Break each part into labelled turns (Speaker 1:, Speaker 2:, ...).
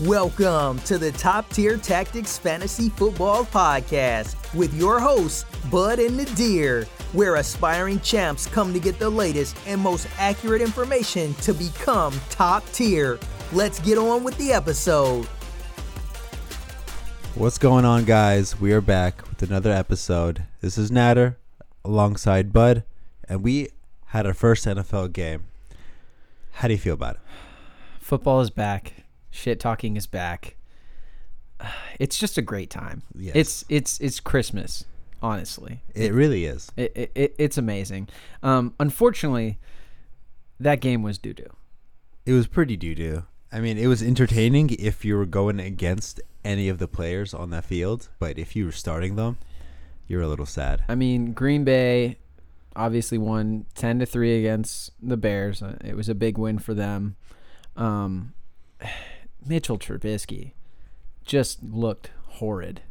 Speaker 1: Welcome to the Top Tier Tactics Fantasy Football Podcast with your hosts, Bud and Nadir, where aspiring champs come to get the latest and most accurate information to become top tier. Let's get on with the episode.
Speaker 2: What's going on, guys? We are back with another episode. This is Natter alongside Bud, and we had our first NFL game. How do you feel about it?
Speaker 3: Football is back. Shit talking is back. It's just a great time.
Speaker 2: Yes.
Speaker 3: It's it's it's Christmas, honestly.
Speaker 2: It really is.
Speaker 3: It, it, it it's amazing. Um unfortunately, that game was doo doo.
Speaker 2: It was pretty doo doo. I mean, it was entertaining if you were going against any of the players on that field, but if you were starting them, you're a little sad.
Speaker 3: I mean, Green Bay obviously won 10 to 3 against the Bears. Uh, It was a big win for them. Um Mitchell Trubisky just looked horrid.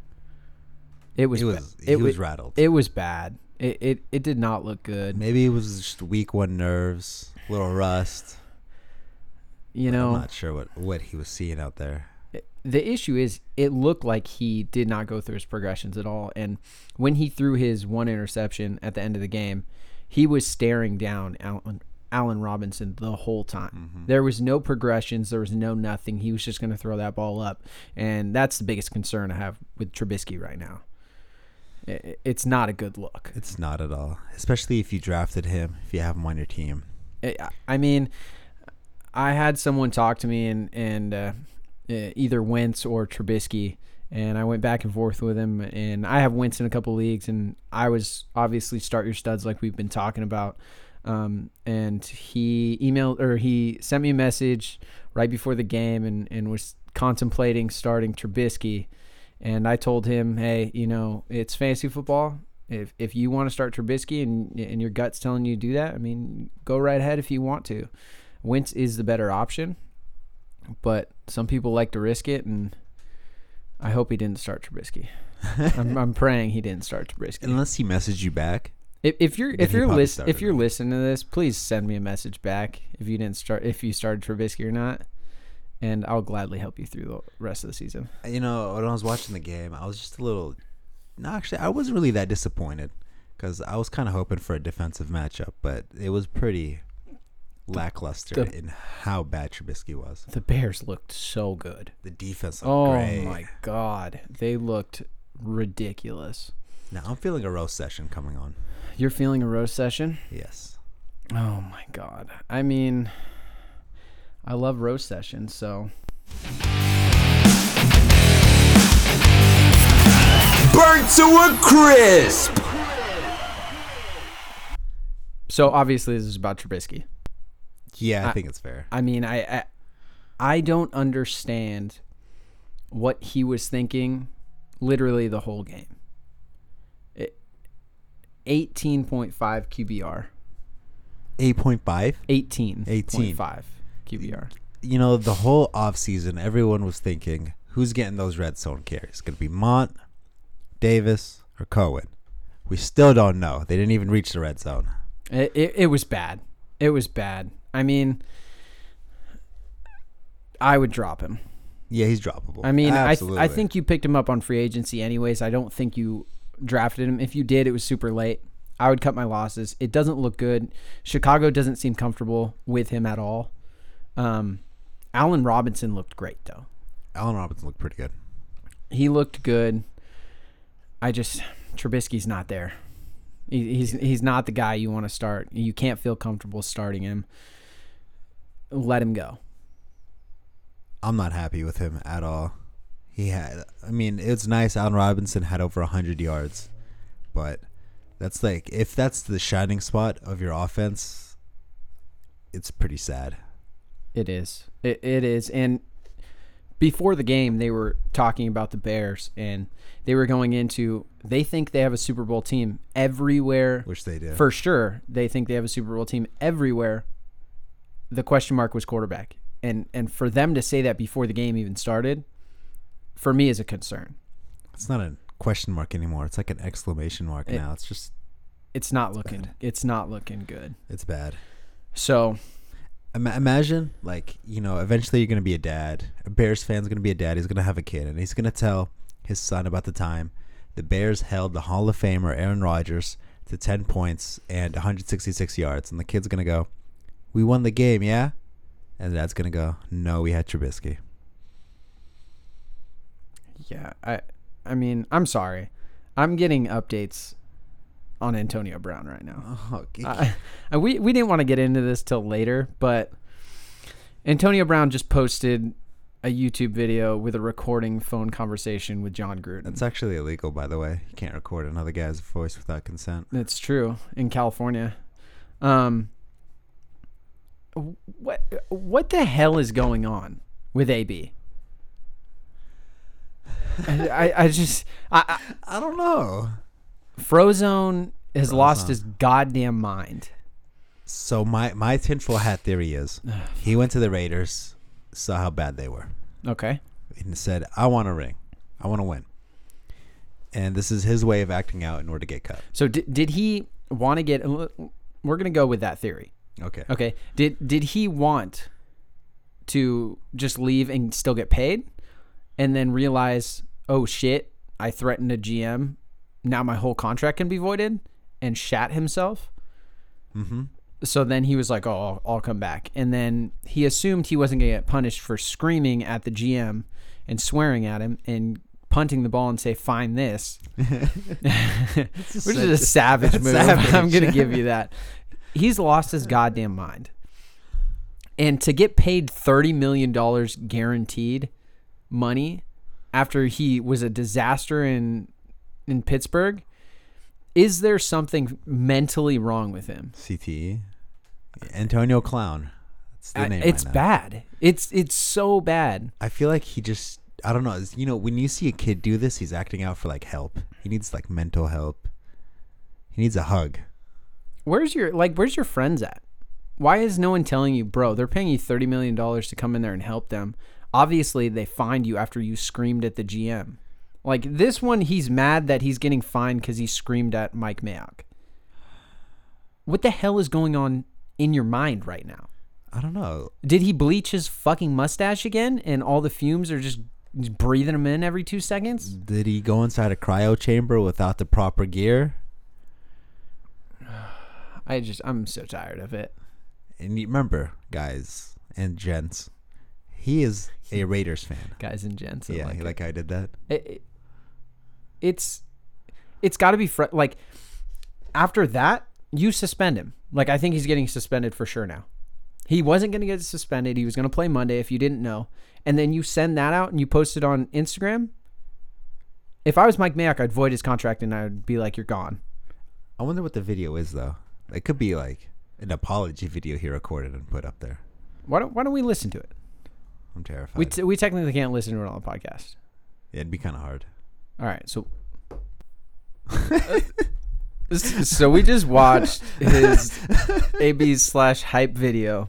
Speaker 3: It was
Speaker 2: He
Speaker 3: ba-
Speaker 2: was he
Speaker 3: wa-
Speaker 2: was rattled.
Speaker 3: It was bad. It, it it did not look good.
Speaker 2: Maybe it was just week one nerves, little rust.
Speaker 3: You
Speaker 2: I'm
Speaker 3: know,
Speaker 2: not sure what what he was seeing out there.
Speaker 3: the issue is it looked like he did not go through his progressions at all. And when he threw his one interception at the end of the game, he was staring down Allen, Allen Robinson the whole time. There was no progressions. There was no nothing. He was just going to throw that ball up, and that's the biggest concern I have with Trubisky right now. I- I- It's not a good look.
Speaker 2: It's not at all, especially if you drafted him, if you have him on your team.
Speaker 3: I- I mean, I had someone talk to me and and uh, eh, either Wentz or Trubisky, and I went back and forth with him. And I have Wentz in a couple leagues, and I was obviously start your studs like we've been talking about. Um, and he emailed or he sent me a message right before the game and, and was contemplating starting Trubisky. And I told him, hey, you know, it's fantasy football. If, if you want to start Trubisky and and your gut's telling you to do that, I mean, go right ahead if you want to. Wentz is the better option, but some people like to risk it, and I hope he didn't start Trubisky. I'm, I'm praying he didn't start Trubisky.
Speaker 2: Unless he messaged you back,
Speaker 3: If, if you're if
Speaker 2: he
Speaker 3: you're
Speaker 2: probably
Speaker 3: lis-
Speaker 2: started
Speaker 3: if you're
Speaker 2: him.
Speaker 3: listening to this, please send me a message back if you didn't start if you started Trubisky or not, and I'll gladly help you through the rest of the season.
Speaker 2: you know, when I was watching the game, I was just a little. No, actually, I wasn't really that disappointed because I was kind of hoping for a defensive matchup, but it was pretty lackluster
Speaker 3: the-
Speaker 2: in how bad Trubisky was.
Speaker 3: The Bears looked so good.
Speaker 2: The defense looked
Speaker 3: Oh
Speaker 2: great.
Speaker 3: my god, they looked ridiculous.
Speaker 2: Now I'm feeling a roast session coming on.
Speaker 3: You're feeling a roast session?
Speaker 2: Yes,
Speaker 3: Oh my god. I mean, I love roast sessions, so
Speaker 4: burnt to a crisp.
Speaker 3: so obviously this is about Trubisky.
Speaker 2: yeah, I think it's fair.
Speaker 3: I mean, I, I I don't understand what he was thinking literally the whole game. It, 18.5 QBR.
Speaker 2: Eight point five.
Speaker 3: 18.
Speaker 2: 18.
Speaker 3: 18.5 QBR.
Speaker 2: you know, the whole offseason, everyone was thinking, who's getting those red zone carries? Going to be Mont, Davis, or Cohen? We still don't know. They didn't even reach the red zone.
Speaker 3: It, it, it was bad. It was bad. I mean, I would drop him.
Speaker 2: Yeah, he's droppable.
Speaker 3: I mean, I, th-
Speaker 2: Absolutely.
Speaker 3: I think you picked him up on free agency, anyways. I don't think you drafted him. If you did, it was super late. I would cut my losses. It doesn't look good. Chicago doesn't seem comfortable with him at all. Um, Allen Robinson looked great, though.
Speaker 2: Allen Robinson looked pretty good.
Speaker 3: He looked good. I just, Trubisky's not there. He, he's he's not the guy you want to start. You can't feel comfortable starting him. Let him go.
Speaker 2: I'm not happy with him at all. He had, I mean, it's nice. Allen Robinson had over 100 yards, but that's like, if that's the shining spot of your offense, it's pretty sad.
Speaker 3: It is. It, it is. And before the game, they were talking about the Bears, and they were going into they think they have a Super Bowl team everywhere.
Speaker 2: Which they do.
Speaker 3: for sure, they think they have a Super Bowl team everywhere. The question mark was quarterback, and and for them to say that before the game even started, for me is a concern.
Speaker 2: It's not a question mark anymore. It's like an exclamation mark now. It's just
Speaker 3: It's not looking. It's not looking good.
Speaker 2: It's bad.
Speaker 3: So
Speaker 2: Ima- imagine, like, you know, eventually you're going to be a dad. A Bears fan's going to be a dad. He's going to have a kid, and he's going to tell his son about the time the Bears held the Hall of Famer Aaron Rodgers to 10 points and 166 yards. And the kid's going to go, We won the game, yeah? And the dad's going to go, No, we had Trubisky.
Speaker 3: Yeah, I I mean, I'm sorry. I'm getting updates on Antonio Brown right now.
Speaker 2: Oh,
Speaker 3: I, I, we we didn't want to get into this till later, but Antonio Brown just posted a YouTube video with a recording phone conversation with John Gruden.
Speaker 2: That's actually illegal, by the way. You can't record another guy's voice without consent.
Speaker 3: That's true in California. Um, what what the hell is going on with AB? I, I- I just I,
Speaker 2: I don't know.
Speaker 3: I, Frozone has lost his goddamn mind.
Speaker 2: So my my tinfoil hat theory is, he went to the Raiders, saw how bad they were,
Speaker 3: Okay.
Speaker 2: and said, "I want a ring, I want to win." And this is his way of acting out in order to get cut.
Speaker 3: So did, did he want to get? We're gonna go with that theory.
Speaker 2: Okay.
Speaker 3: Okay. Did did he want to just leave and still get paid, and then realize, oh shit, I threatened a GM, now my whole contract can be voided, and shat himself. Mm-hmm. So then he was like, oh, I'll, I'll come back, and then he assumed he wasn't gonna get punished for screaming at the GM and swearing at him and punting the ball and say, find this. Which is a savage move. I'm going to give you that. He's lost his goddamn mind. And to get paid $30 million guaranteed money after he was a disaster in in Pittsburgh, is there something mentally wrong with him?
Speaker 2: CTE, E. Antonio Clown. That's the
Speaker 3: I-
Speaker 2: name.
Speaker 3: it's
Speaker 2: right now.
Speaker 3: bad. It's it's so bad.
Speaker 2: I feel like he just. I don't know. it's- You know, when you see a kid do this, he's acting out for like help. He needs like mental help. He needs a hug.
Speaker 3: Where's your like where's your friends at? Why is no one telling you, bro, they're paying you thirty million dollars to come in there and help them? Obviously they fined you after you screamed at the GM. Like this one he's mad that he's getting fined because he screamed at Mike Mayock. What the hell is going on in your mind right now?
Speaker 2: I don't know.
Speaker 3: Did he bleach his fucking mustache again and all the fumes are just just breathing him in every two seconds?
Speaker 2: Did he go inside a cryo chamber without the proper gear?
Speaker 3: I just I'm so tired of it.
Speaker 2: And you remember, guys and gents, he is a Raiders fan.
Speaker 3: Guys and gents. I
Speaker 2: yeah,
Speaker 3: like
Speaker 2: like,
Speaker 3: it.
Speaker 2: like I did that.
Speaker 3: it, it- it's it's got to be fr- like after that you suspend him like i think he's getting suspended for sure now he wasn't going to get suspended he was going to play monday if you didn't know and then you send that out and you post it on instagram if i was mike mayock i'd void his contract and i'd be like you're gone
Speaker 2: I wonder what the video is though. It could be like an apology video he recorded and put up there.
Speaker 3: why don't, why don't we listen to it
Speaker 2: I'm terrified.
Speaker 3: we, t- we technically can't listen to it on the podcast
Speaker 2: It'd be kind of hard.
Speaker 3: All right, so so we just watched his AB slash hype video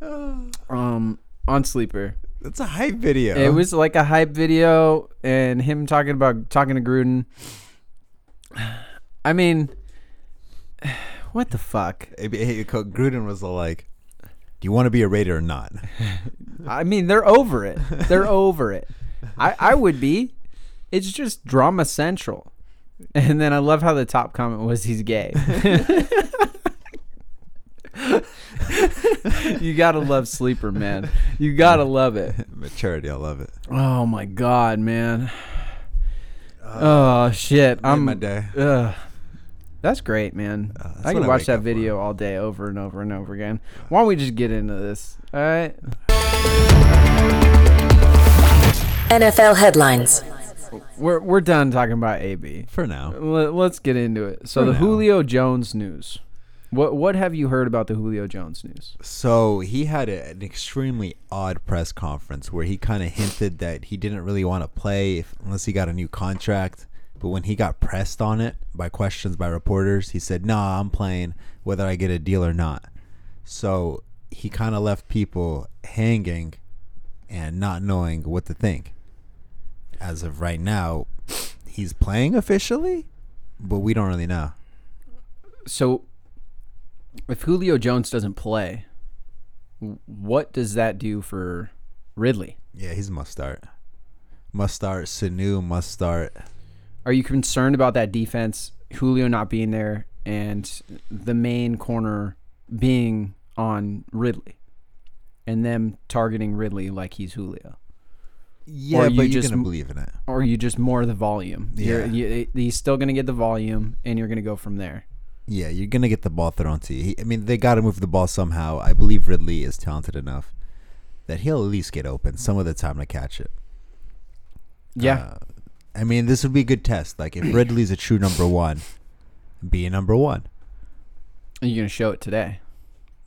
Speaker 3: um on sleeper.
Speaker 2: That's a hype video.
Speaker 3: It was like a hype video and him talking about talking to Gruden. I mean, what the fuck?
Speaker 2: It- it- Gruden was all like, "Do you want to be a Raider or not?"
Speaker 3: I mean, they're over it. They're over it. I, I would be. It's just drama central. And then I love how the top comment was he's gay. you gotta love sleeper, man. You gotta love it.
Speaker 2: Maturity, I love it.
Speaker 3: Oh my god, man. Oh shit. I'm
Speaker 2: Uh, my day.
Speaker 3: Ugh. That's great, man.
Speaker 2: that's
Speaker 3: I
Speaker 2: what
Speaker 3: can
Speaker 2: I
Speaker 3: watch
Speaker 2: wake
Speaker 3: that
Speaker 2: up for.
Speaker 3: video all day over and over and over again. Why don't we just get into this? All right.
Speaker 5: NFL headlines.
Speaker 3: We're we're done talking about AB.
Speaker 2: For now,
Speaker 3: Let, let's get into it. So the
Speaker 2: now.
Speaker 3: Julio Jones news. What what have you heard about the Julio Jones news?
Speaker 2: so he had a, an extremely odd press conference where he kind of hinted that he didn't really want to play if, unless he got a new contract. But when he got pressed on it by questions by reporters, he said, "Nah, I'm playing whether I get a deal or not." So he kind of left people hanging and not knowing what to think. As of right now, he's playing officially, but we don't really know.
Speaker 3: So if Julio Jones doesn't play, what does that do for Ridley?
Speaker 2: Yeah, he's a must start. Must start. Sanu must start.
Speaker 3: Are you concerned about that defense, Julio not being there, and the main corner being on Ridley, and them targeting Ridley like he's Julio?
Speaker 2: Yeah,
Speaker 3: you
Speaker 2: but you're
Speaker 3: just
Speaker 2: gonna
Speaker 3: m-
Speaker 2: believe in it.
Speaker 3: Or are you just more the volume? You're,
Speaker 2: Yeah.
Speaker 3: you, he's still going to get the volume, and you're going to go from there.
Speaker 2: Yeah, you're gonna get the ball thrown to you. He, I mean, they got to move the ball somehow. I believe Ridley is talented enough that he'll at least get open some of the time to catch it.
Speaker 3: Yeah.
Speaker 2: I mean, this would be a good test. Like, if Ridley's a true number one, be a number one.
Speaker 3: you're going to show it today.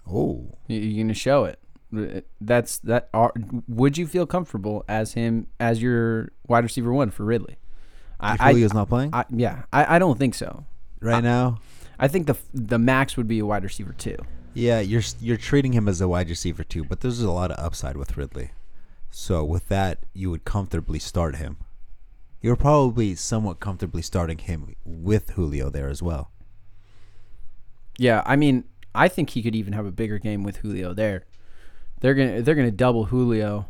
Speaker 2: Oh,
Speaker 3: You- You're going to show it. Uh, That's that. Are, would you feel comfortable as him as your wide receiver one for Ridley?
Speaker 2: if
Speaker 3: I, I,
Speaker 2: Julio's not playing
Speaker 3: I yeah. I, I don't think so.
Speaker 2: right now,
Speaker 3: I think the the max would be a wide receiver two.
Speaker 2: yeah, you're s- you're treating him as a wide receiver too. But there's a lot of upside with Ridley. So with that, you would comfortably start him. You're probably somewhat comfortably starting him with Julio there as well.
Speaker 3: Yeah, I mean, I think he could even have a bigger game with Julio there. They're gonna they're gonna double Julio,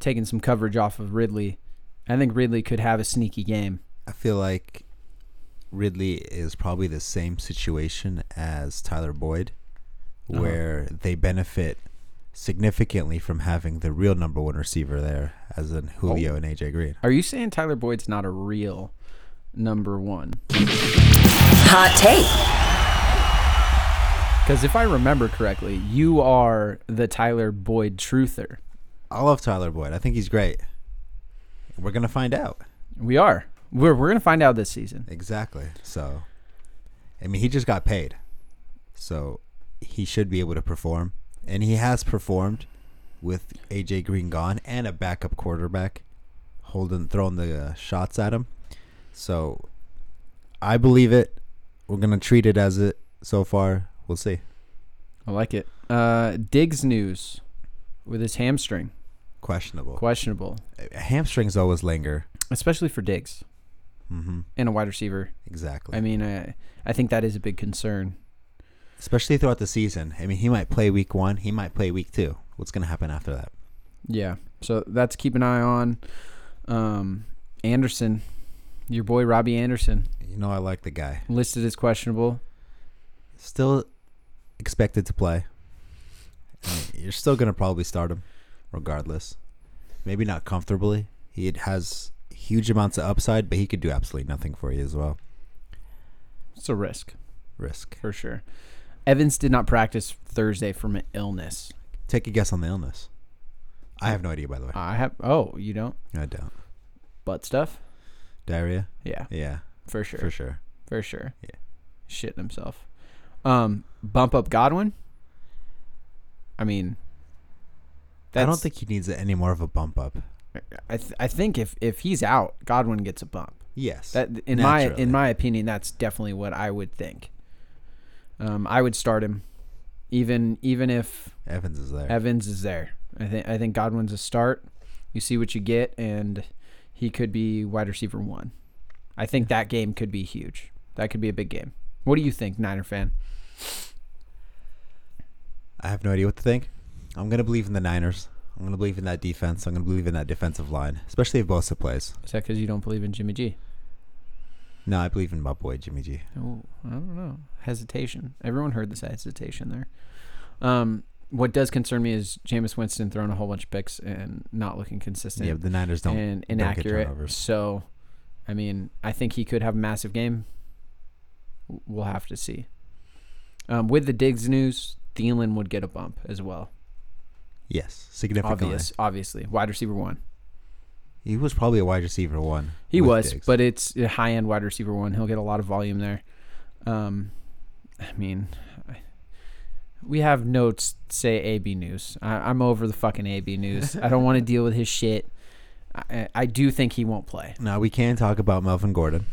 Speaker 3: taking some coverage off of Ridley. I think Ridley could have a sneaky game.
Speaker 2: I feel like Ridley is probably the same situation as Tyler Boyd, where they benefit significantly from having the real number one receiver there, as in Julio and AJ Green.
Speaker 3: Are you saying Tyler Boyd's not a real number one?
Speaker 5: Hot take.
Speaker 3: Because if I remember correctly, you are the Tyler Boyd truther.
Speaker 2: I love Tyler Boyd. I think he's great. We're gonna find out
Speaker 3: We are. We're we're gonna find out this season.
Speaker 2: exactly. So, I mean, he just got paid, so he should be able to perform, and he has performed with AJ Green gone and a backup quarterback holding throwing the uh, shots at him. So I believe it. We're gonna treat it as it so far. We'll see.
Speaker 3: I like it. Uh, Diggs news with his hamstring
Speaker 2: Questionable.
Speaker 3: questionable,
Speaker 2: Hamstrings always linger. Mm-hmm.
Speaker 3: especially for Diggs and a wide receiver.
Speaker 2: Exactly.
Speaker 3: I mean, I I think that is a big concern.
Speaker 2: Especially throughout the season. I mean, he might play week one. He might play week two. What's gonna happen after that?
Speaker 3: Yeah. So that's keep an eye on. Um, Anderson, your boy Robbie Anderson,
Speaker 2: You know, I like the guy.
Speaker 3: listed as questionable.
Speaker 2: Still expected to play. I mean, you're still gonna probably start him, regardless. Maybe not comfortably. He has huge amounts of upside, but he could do absolutely nothing for you as well.
Speaker 3: It's a risk
Speaker 2: Risk.
Speaker 3: for sure. Evans did not practice Thursday from an illness.
Speaker 2: Take a guess on the illness. I have no idea, by the way.
Speaker 3: I have. Oh, you don't
Speaker 2: I don't.
Speaker 3: butt stuff.
Speaker 2: Diarrhea.
Speaker 3: Yeah,
Speaker 2: Yeah,
Speaker 3: for sure,
Speaker 2: for sure.
Speaker 3: for sure.
Speaker 2: Yeah.
Speaker 3: shitting himself. Um, bump up Godwin. I mean,
Speaker 2: I don't think he needs any more of a bump up.
Speaker 3: I th- I think if if he's out, Godwin gets a bump.
Speaker 2: Yes.
Speaker 3: That in my
Speaker 2: naturally.
Speaker 3: in my opinion, that's definitely what I would think. Um, I would start him, even even if
Speaker 2: Evans is there.
Speaker 3: Evans is there. I think I think Godwin's a start. You see what you get, and he could be wide receiver one. I think that game could be huge. That could be a big game. What do you think, Niner fan?
Speaker 2: I have no idea what to think. I'm gonna believe in the Niners. I'm gonna believe in that defense. I'm gonna believe in that defensive line, especially if Bosa plays.
Speaker 3: Is that because you don't believe in Jimmy G?
Speaker 2: No, I believe in my boy Jimmy G.
Speaker 3: Oh, I don't know. Hesitation. Everyone heard this hesitation there. Um, what does concern me is Jameis Winston throwing a whole bunch of picks and not looking consistent
Speaker 2: Yeah, the Niners don't
Speaker 3: and
Speaker 2: don't get
Speaker 3: inaccurate.
Speaker 2: turnovers.
Speaker 3: so, I mean, I think he could have a massive game. W- We'll have to see. Um, with the Diggs news, Thielen would get a bump as well.
Speaker 2: Yes, significantly.
Speaker 3: Obvious, obviously, wide receiver one.
Speaker 2: He was probably a wide receiver one.
Speaker 3: He
Speaker 2: with
Speaker 3: was,
Speaker 2: Diggs.
Speaker 3: but it's a high end wide receiver one. He'll get a lot of volume there. Um, I mean, I, we have notes say AB news. I, I'm over the fucking AB news. I don't want to deal with his shit. I- I, I do think he won't play.
Speaker 2: now we can talk about Melvin Gordon.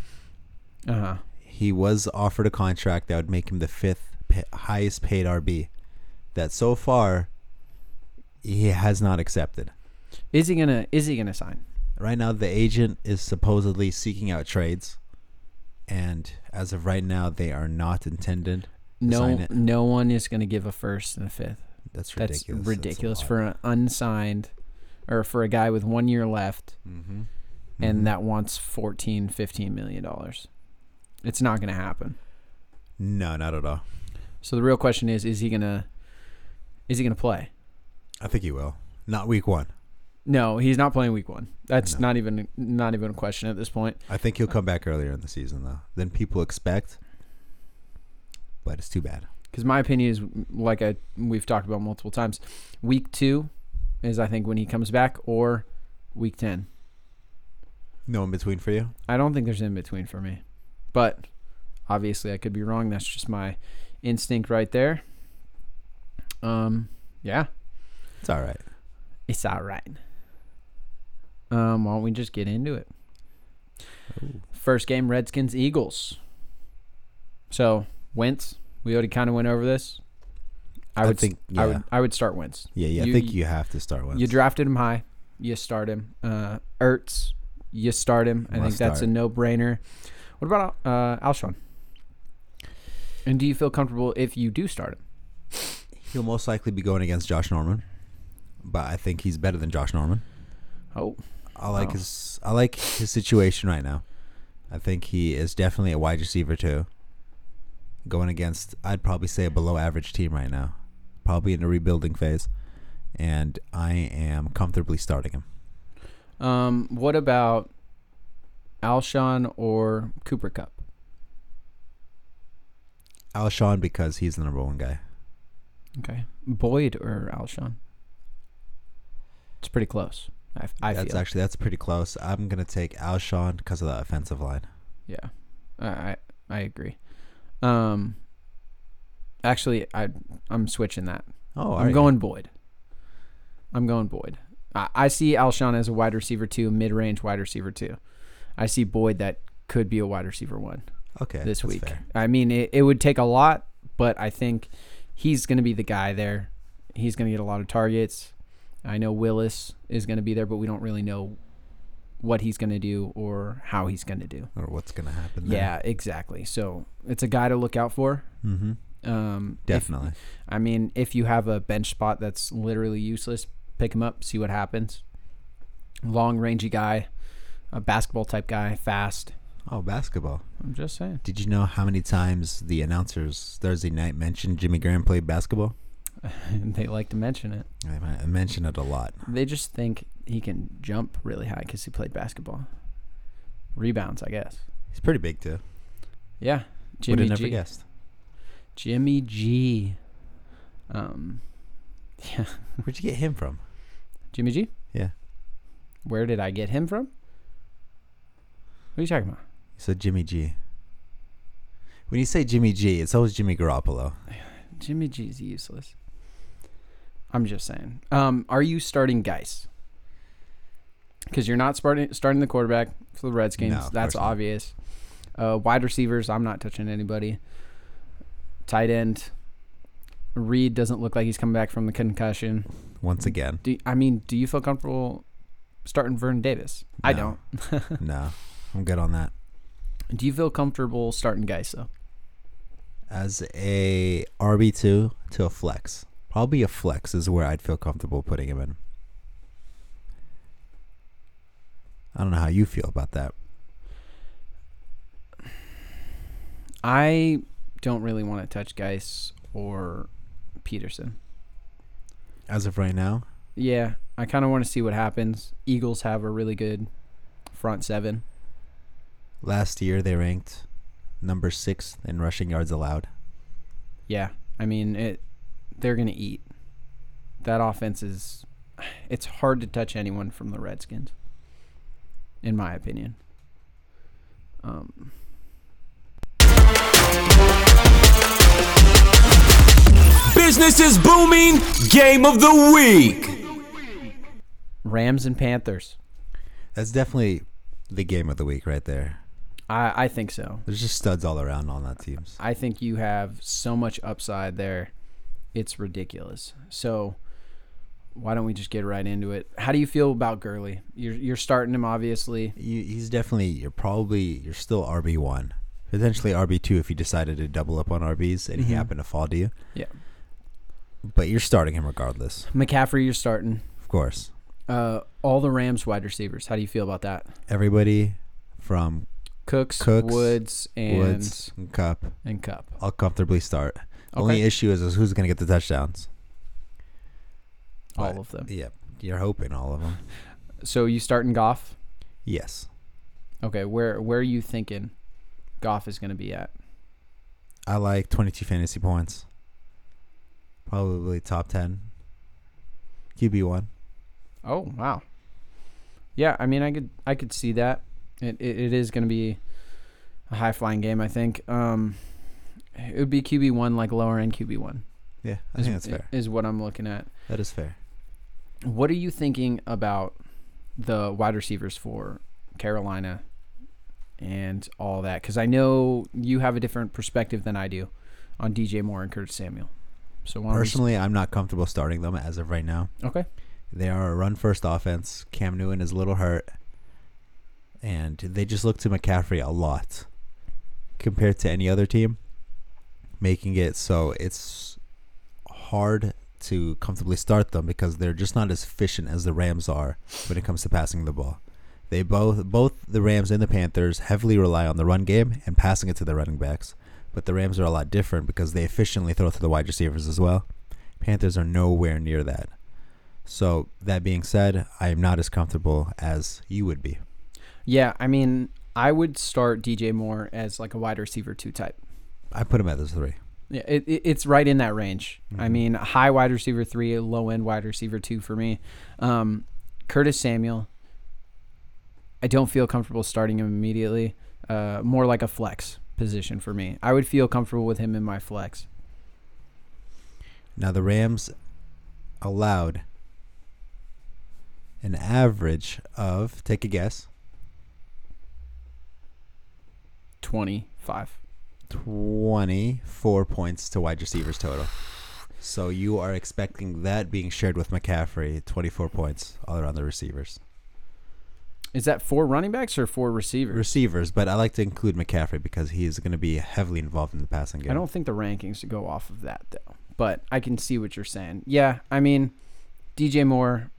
Speaker 3: Uh huh.
Speaker 2: He was offered a contract that would make him the fifth pa- highest paid RB. That so far, he has not accepted.
Speaker 3: Is he gonna? Is he gonna sign?
Speaker 2: Right now, the agent is supposedly seeking out trades, and as of right now, they are not intended. to sign
Speaker 3: No,
Speaker 2: it.
Speaker 3: no one is gonna give a first and a fifth.
Speaker 2: That's
Speaker 3: That's
Speaker 2: ridiculous.
Speaker 3: ridiculous,
Speaker 2: That's a lot.
Speaker 3: for an unsigned or for a guy with one year left
Speaker 2: Mm-hmm.
Speaker 3: and that wants 14, 15 million dollars. It's not going to happen.
Speaker 2: no, not at all.
Speaker 3: So the real question is is he going to is he going to play?
Speaker 2: I think he will. Not week one.
Speaker 3: No, he's not playing week 1. That's not even not even a question at this point.
Speaker 2: I think he'll come back earlier in the season though than people expect. But it's too bad.
Speaker 3: Because my opinion is, like I we've talked about multiple times, week two is I think when he comes back, or week ten.
Speaker 2: No in between for you.
Speaker 3: I don't think there's in between for me, but obviously I could be wrong. That's just my instinct right there. Um, yeah,
Speaker 2: It's all right.
Speaker 3: it's all right. Um, why don't we just get into it?
Speaker 2: Oh.
Speaker 3: First game, Redskins Eagles. So Wentz, we already kind of went over this. I
Speaker 2: I
Speaker 3: would
Speaker 2: think-
Speaker 3: think I
Speaker 2: yeah.
Speaker 3: would I would start Wentz.
Speaker 2: Yeah, yeah. I think you have to start with.
Speaker 3: You drafted him high. You start him. Uh, Ertz, you start him. I think
Speaker 2: Must
Speaker 3: that's
Speaker 2: start.
Speaker 3: a no-brainer. What about uh, Alshon? And do you feel comfortable if you do start him?
Speaker 2: He'll most likely be going against Josh Norman, but I think he's better than Josh Norman.
Speaker 3: Oh,
Speaker 2: I like
Speaker 3: Oh.
Speaker 2: his I like his situation right now. I think he is definitely a wide receiver too. Going against I'd probably say a below average team right now. Probably in a rebuilding phase. And I am comfortably starting him.
Speaker 3: um, what about Alshon or Cooper Cup?
Speaker 2: Alshon because he's the number one guy.
Speaker 3: Okay, Boyd or Alshon? It's pretty close. I, I
Speaker 2: that's
Speaker 3: feel.
Speaker 2: actually that's pretty close. I'm gonna take Alshon because of the offensive line.
Speaker 3: Yeah, I I, I agree. Um, actually, I I'm switching that.
Speaker 2: Oh,
Speaker 3: I'm going Boyd. I'm going Boyd. I, I see Alshon as a wide receiver two, mid range wide receiver two. I see Boyd that could be a wide receiver one
Speaker 2: okay
Speaker 3: this
Speaker 2: that's
Speaker 3: week.
Speaker 2: fair.
Speaker 3: I mean, it, it would take a lot, but I think he's going to be the guy there. He's going to get a lot of targets. I know Willis is going to be there, but we don't really know what he's going to do or how he's going to do.
Speaker 2: Or what's gonna happen? there.
Speaker 3: Yeah, exactly. So it's a guy to look out for.
Speaker 2: Mhm.
Speaker 3: Um, if-
Speaker 2: definitely.
Speaker 3: I mean, if you have a bench spot that's literally useless, pick him up, see what happens. Long rangey guy, a basketball type guy, fast.
Speaker 2: Oh, basketball.
Speaker 3: I'm just saying.
Speaker 2: Did you know how many times the announcers Thursday night mentioned Jimmy Graham played basketball?
Speaker 3: they like to mention it.
Speaker 2: I men- I mention it a lot.
Speaker 3: They just think he can jump really high because he played basketball. Rebounds, I guess.
Speaker 2: He's pretty big too.
Speaker 3: Yeah,
Speaker 2: Would
Speaker 3: Jimmy
Speaker 2: have never
Speaker 3: G.
Speaker 2: guessed.
Speaker 3: Jimmy G. Um, yeah,
Speaker 2: Where'd you get him from?
Speaker 3: Jimmy G.
Speaker 2: Yeah,
Speaker 3: Where did I get him from? What are you talking about?
Speaker 2: you said Jimmy G. When you say Jimmy G, it's always Jimmy Garoppolo.
Speaker 3: Jimmy G's useless. I'm just saying. Um, are you starting Geis? Because you're not starting starting the quarterback for the Redskins.
Speaker 2: No, of
Speaker 3: That's
Speaker 2: course not.
Speaker 3: obvious. Uh, wide receivers, I'm not touching anybody. Tight end, Reed doesn't look like he's coming back from the concussion.
Speaker 2: Once again,
Speaker 3: Do I mean? Do you feel comfortable starting Vernon Davis? I
Speaker 2: No.
Speaker 3: don't.
Speaker 2: no, I'm good on that.
Speaker 3: Do you feel comfortable starting Geis though?
Speaker 2: As a RB two to a flex, probably a flex is where I'd feel comfortable putting him in. I don't know how you feel about that.
Speaker 3: I don't really want to touch Geis or Peterson.
Speaker 2: As of right now,
Speaker 3: Yeah, I kind of want to see what happens. Eagles have a really good front seven.
Speaker 2: Last year, they ranked number sixth in rushing yards allowed.
Speaker 3: Yeah, I mean it. They're gonna eat. That offense is. It's hard to touch anyone from the Redskins. In my opinion. Um,
Speaker 4: Business is booming. Game of the week.
Speaker 3: Rams and Panthers.
Speaker 2: That's definitely the game of the week right there.
Speaker 3: I I think so.
Speaker 2: There's just studs all around on that teams.
Speaker 3: I think you have so much upside there. It's ridiculous. So why don't we just get right into it? How do you feel about Gurley? You're you're starting him obviously.
Speaker 2: You, he's definitely you're probably you're still RB one,
Speaker 3: Mm-hmm.
Speaker 2: potentially RB two if you decided to double up on RBs and he happened to fall to you.
Speaker 3: Yeah.
Speaker 2: But you're starting him regardless,
Speaker 3: McCaffrey, you're starting.
Speaker 2: of course.
Speaker 3: Uh, all the Rams wide receivers. How do you feel about that?
Speaker 2: Everybody from
Speaker 3: Cooks,
Speaker 2: Cooks,
Speaker 3: Woods, and
Speaker 2: Woods and Cup,
Speaker 3: and Cup.
Speaker 2: I'll comfortably start. The
Speaker 3: Okay.
Speaker 2: Only issue is, is who's going to get the touchdowns.
Speaker 3: All
Speaker 2: But,
Speaker 3: of them.
Speaker 2: Yep. You're hoping all of them.
Speaker 3: So you starting Goff?
Speaker 2: Yes.
Speaker 3: Okay, where where are you thinking Goff is going to be at?
Speaker 2: I like 22 fantasy points. Probably top 10. QB1.
Speaker 3: Oh wow. Yeah, I mean, I could I could see that. It it, it is going to be a high flying game. I think. Um, it would be QB one, like lower end QB one.
Speaker 2: Yeah, I
Speaker 3: is,
Speaker 2: think that's fair.
Speaker 3: Is what I'm looking at.
Speaker 2: That is fair.
Speaker 3: What are you thinking about the wide receivers for Carolina and all that? Because I know you have a different perspective than I do on DJ Moore and Curtis Samuel. So why don't we-
Speaker 2: Personally, I'm not comfortable starting them as of right now.
Speaker 3: okay,
Speaker 2: They are a run first offense. Cam Newton is a little hurt. And they just look to McCaffrey a lot compared to any other team, making it so it's hard to comfortably start them because they're just not as efficient as the Rams are when it comes to passing the ball. They both both the Rams and the Panthers heavily rely on the run game and passing it to their running backs. But the Rams are a lot different because they efficiently throw to the wide receivers as well. Panthers are nowhere near that. So that being said, I am not as comfortable as you would be.
Speaker 3: yeah, I mean, I would start DJ Moore as like a wide receiver two type.
Speaker 2: I put him at this three.
Speaker 3: Yeah, it, it, it's right in that range. I mean, high wide receiver three, low end wide receiver two for me. Um, Curtis Samuel, I don't feel comfortable starting him immediately. Uh, more like a flex position for me. I would feel comfortable with him in my flex.
Speaker 2: Now the Rams allowed an average of take a guess
Speaker 3: 25.
Speaker 2: twenty four points to wide receivers total. So you are expecting that being shared with McCaffrey, twenty four points all around the receivers.
Speaker 3: Is that four running backs or four receivers?
Speaker 2: Receivers, but I like to include McCaffrey because he is going to be heavily involved in the passing game.
Speaker 3: I don't think the rankings go off of that, though. But I can see what you're saying. Yeah, I mean, DJ Moore,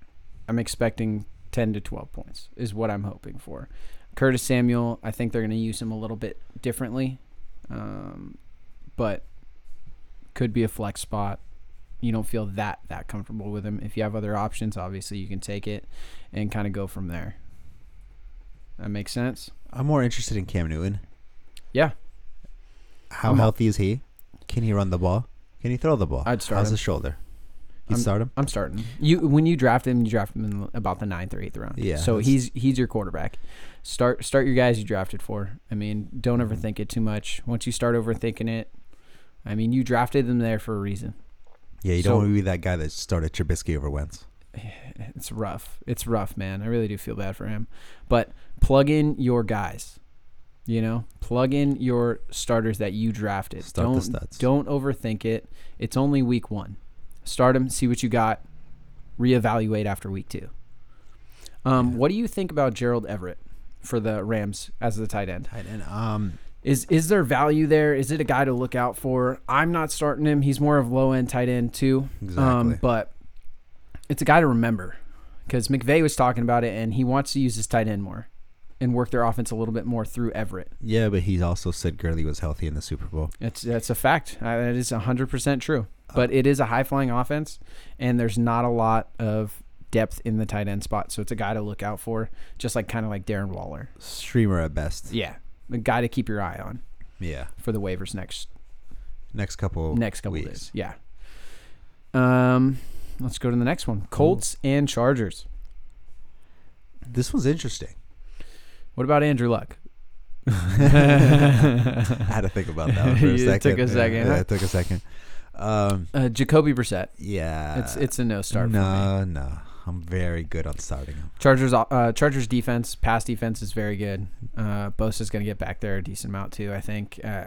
Speaker 3: I'm expecting 10 to 12 points, is what I'm hoping for. Curtis Samuel, I think they're going to use him a little bit differently, um, but could be a flex spot. You don't feel that that comfortable with him. If you have other options, obviously you can take it and kind of go from there. That makes sense.
Speaker 2: I'm more interested in Cam Newton.
Speaker 3: Yeah,
Speaker 2: How healthy is he? Can he run the ball? Can he throw the ball?
Speaker 3: I'd start
Speaker 2: How's
Speaker 3: him.
Speaker 2: his shoulder? You
Speaker 3: I'm-
Speaker 2: start him.
Speaker 3: I'm starting you when you draft him. You draft him in about the ninth or eighth round.
Speaker 2: Yeah,
Speaker 3: So
Speaker 2: that's-
Speaker 3: he's he's your quarterback. Start start your guys you drafted for. I mean, don't
Speaker 2: Mm-hmm.
Speaker 3: overthink it too much. Once you start overthinking it, I mean, you drafted them there for a reason.
Speaker 2: Yeah, you
Speaker 3: so-
Speaker 2: don't want to be that guy that started Trubisky over Wentz.
Speaker 3: It's rough. It's rough, man. I really do feel bad for him. But plug in your guys. You know, plug in your starters that you drafted.
Speaker 2: Start the
Speaker 3: don't
Speaker 2: studs.
Speaker 3: don't overthink it. It's only week one. Start them. See what you got. Reevaluate after week two. Um, What do you think about Gerald Everett for the Rams as the tight end?
Speaker 2: And um,
Speaker 3: Is is there value there? Is it a guy to look out for? I'm not starting him. He's more of low end tight end too. Um,
Speaker 2: Exactly.
Speaker 3: but it's a guy to remember because McVay was talking about it, and he wants to use his tight end more and work their offense a little bit more through Everett.
Speaker 2: yeah, but he also said Gurley was healthy in the Super Bowl.
Speaker 3: That's that's a fact. Uh, That is 100 percent true. But it is a high flying offense, and there's not a lot of depth in the tight end spot, so it's a guy to look out for. Just like kind of like Darren Waller.
Speaker 2: Streamer at best.
Speaker 3: Yeah, a guy to keep your eye on
Speaker 2: Yeah.
Speaker 3: for the waivers next
Speaker 2: Next couple.
Speaker 3: next couple
Speaker 2: weeks.
Speaker 3: days. Yeah. Um, let's go to the next one: Colts and Chargers.
Speaker 2: This was interesting.
Speaker 3: What about Andrew Luck?
Speaker 2: I had to think about that one for
Speaker 3: It
Speaker 2: a
Speaker 3: took
Speaker 2: second.
Speaker 3: a second,
Speaker 2: Yeah,
Speaker 3: huh?
Speaker 2: it took a second. Um,
Speaker 3: Uh, Jacoby Brissett.
Speaker 2: yeah.
Speaker 3: It's it's a no start for me.
Speaker 2: Uh, no, no. I'm very good on starting him.
Speaker 3: Chargers uh, Chargers defense, pass defense is very good. Uh, Bosa's going to get back there a decent amount too. I think. Uh,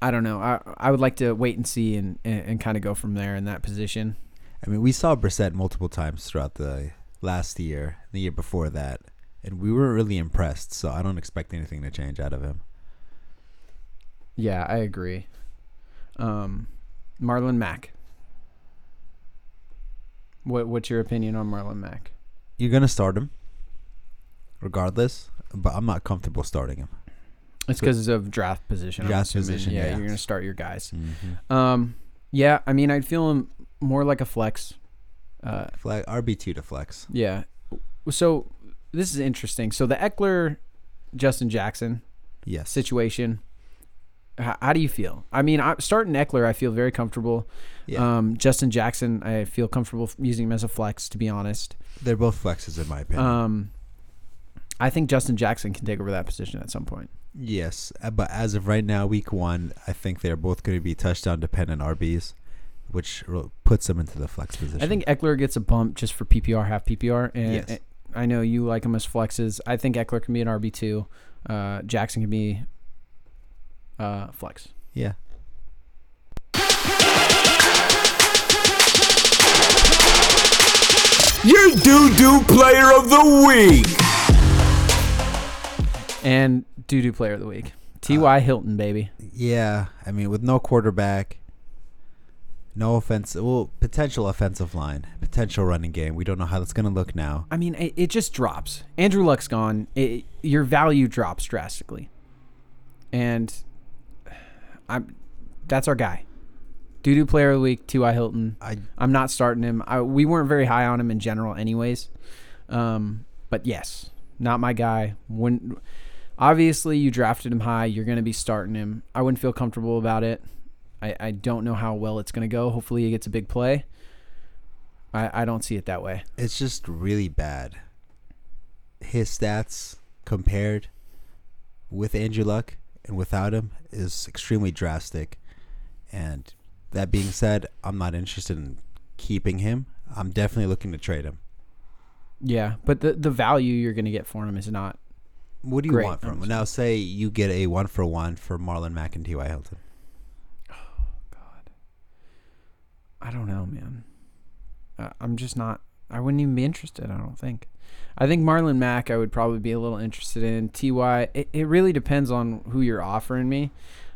Speaker 3: I don't know. I I would like to wait and see and and, and kind of go from there in that position.
Speaker 2: I mean, we saw Brissett multiple times throughout the last year, the year before that, and we were really impressed. So I don't expect anything to change out of him.
Speaker 3: Yeah, I agree. Um, Marlon Mack. What What's your opinion on Marlon Mack?
Speaker 2: You're gonna start him, regardless. But I'm not comfortable starting him.
Speaker 3: It's because of draft position. I'm
Speaker 2: Draft
Speaker 3: assuming.
Speaker 2: position,
Speaker 3: Yeah,
Speaker 2: yeah. Mm-hmm.
Speaker 3: you're gonna start your guys. Um, yeah, I mean, I'd feel him more like a flex. Uh,
Speaker 2: Flag RB two to flex.
Speaker 3: yeah. So this is interesting. So the Eckler, Justin Jackson
Speaker 2: Yes.
Speaker 3: situation. How, how do you feel? I mean, I, starting Eckler, I feel very comfortable.
Speaker 2: Yeah.
Speaker 3: Um, Justin Jackson, I feel comfortable f- using him as a flex. To be honest,
Speaker 2: They're both flexes in my opinion.
Speaker 3: um, I think Justin Jackson can take over that position at some point.
Speaker 2: yes, uh, but as of right now, week one, I think they're both going to be touchdown dependent RBs, which ro- puts them into the flex position.
Speaker 3: I think Eckler gets a bump just for PPR, half PPR, and
Speaker 2: Yes.
Speaker 3: I know you like him as flexes. I think Eckler can be an RB two. Uh, Jackson can be uh, flex.
Speaker 2: Yeah.
Speaker 4: Your doo doo player of the week.
Speaker 3: And doo doo player of the week, T Y Hilton, baby.
Speaker 2: Yeah, I mean, with no quarterback, no offense, well, potential offensive line, potential running game. We don't know how that's going to look now.
Speaker 3: I mean, it, it just drops. Andrew Luck's gone. It, your value drops drastically, and I'm that's our guy. Doo doo player of the week, T Y Hilton.
Speaker 2: I
Speaker 3: I'm not starting him. I, we weren't very high on him in general, anyways. Um, but yes, not my guy. When obviously you drafted him high, you're going to be starting him. I wouldn't feel comfortable about it. I, I don't know how well it's going to go. Hopefully, he gets a big play. I, I don't see it that way.
Speaker 2: it's just really bad. His stats compared with Andrew Luck and without him is extremely drastic. And that being said, I'm not interested in keeping him. I'm definitely looking to trade him.
Speaker 3: Yeah, but the the value you're going to get for him is not.
Speaker 2: What do you
Speaker 3: Great,
Speaker 2: want from him?
Speaker 3: understood.
Speaker 2: Now, say you get a one for one for Marlon Mack and T.Y. Hilton.
Speaker 3: I don't know, man. Uh, I'm just not. I wouldn't even be interested. I don't think. I think Marlon Mack. I would probably be a little interested in Ty. It, it really depends on who you're offering me.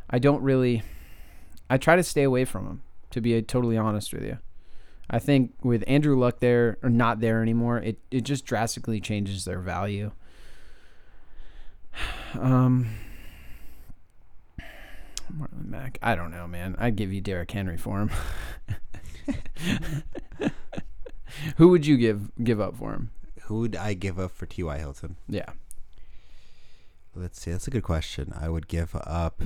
Speaker 3: I don't really. I try to stay away from him. To be totally honest with you, I think with Andrew Luck there or not there anymore, it it just drastically changes their value. Um. Marlon Mack. I don't know, man. I'd give you Derrick Henry for him. Who would you give give up for him?
Speaker 2: Who would I give up for T.Y. Hilton?
Speaker 3: Yeah.
Speaker 2: Let's see. That's a good question. I would give up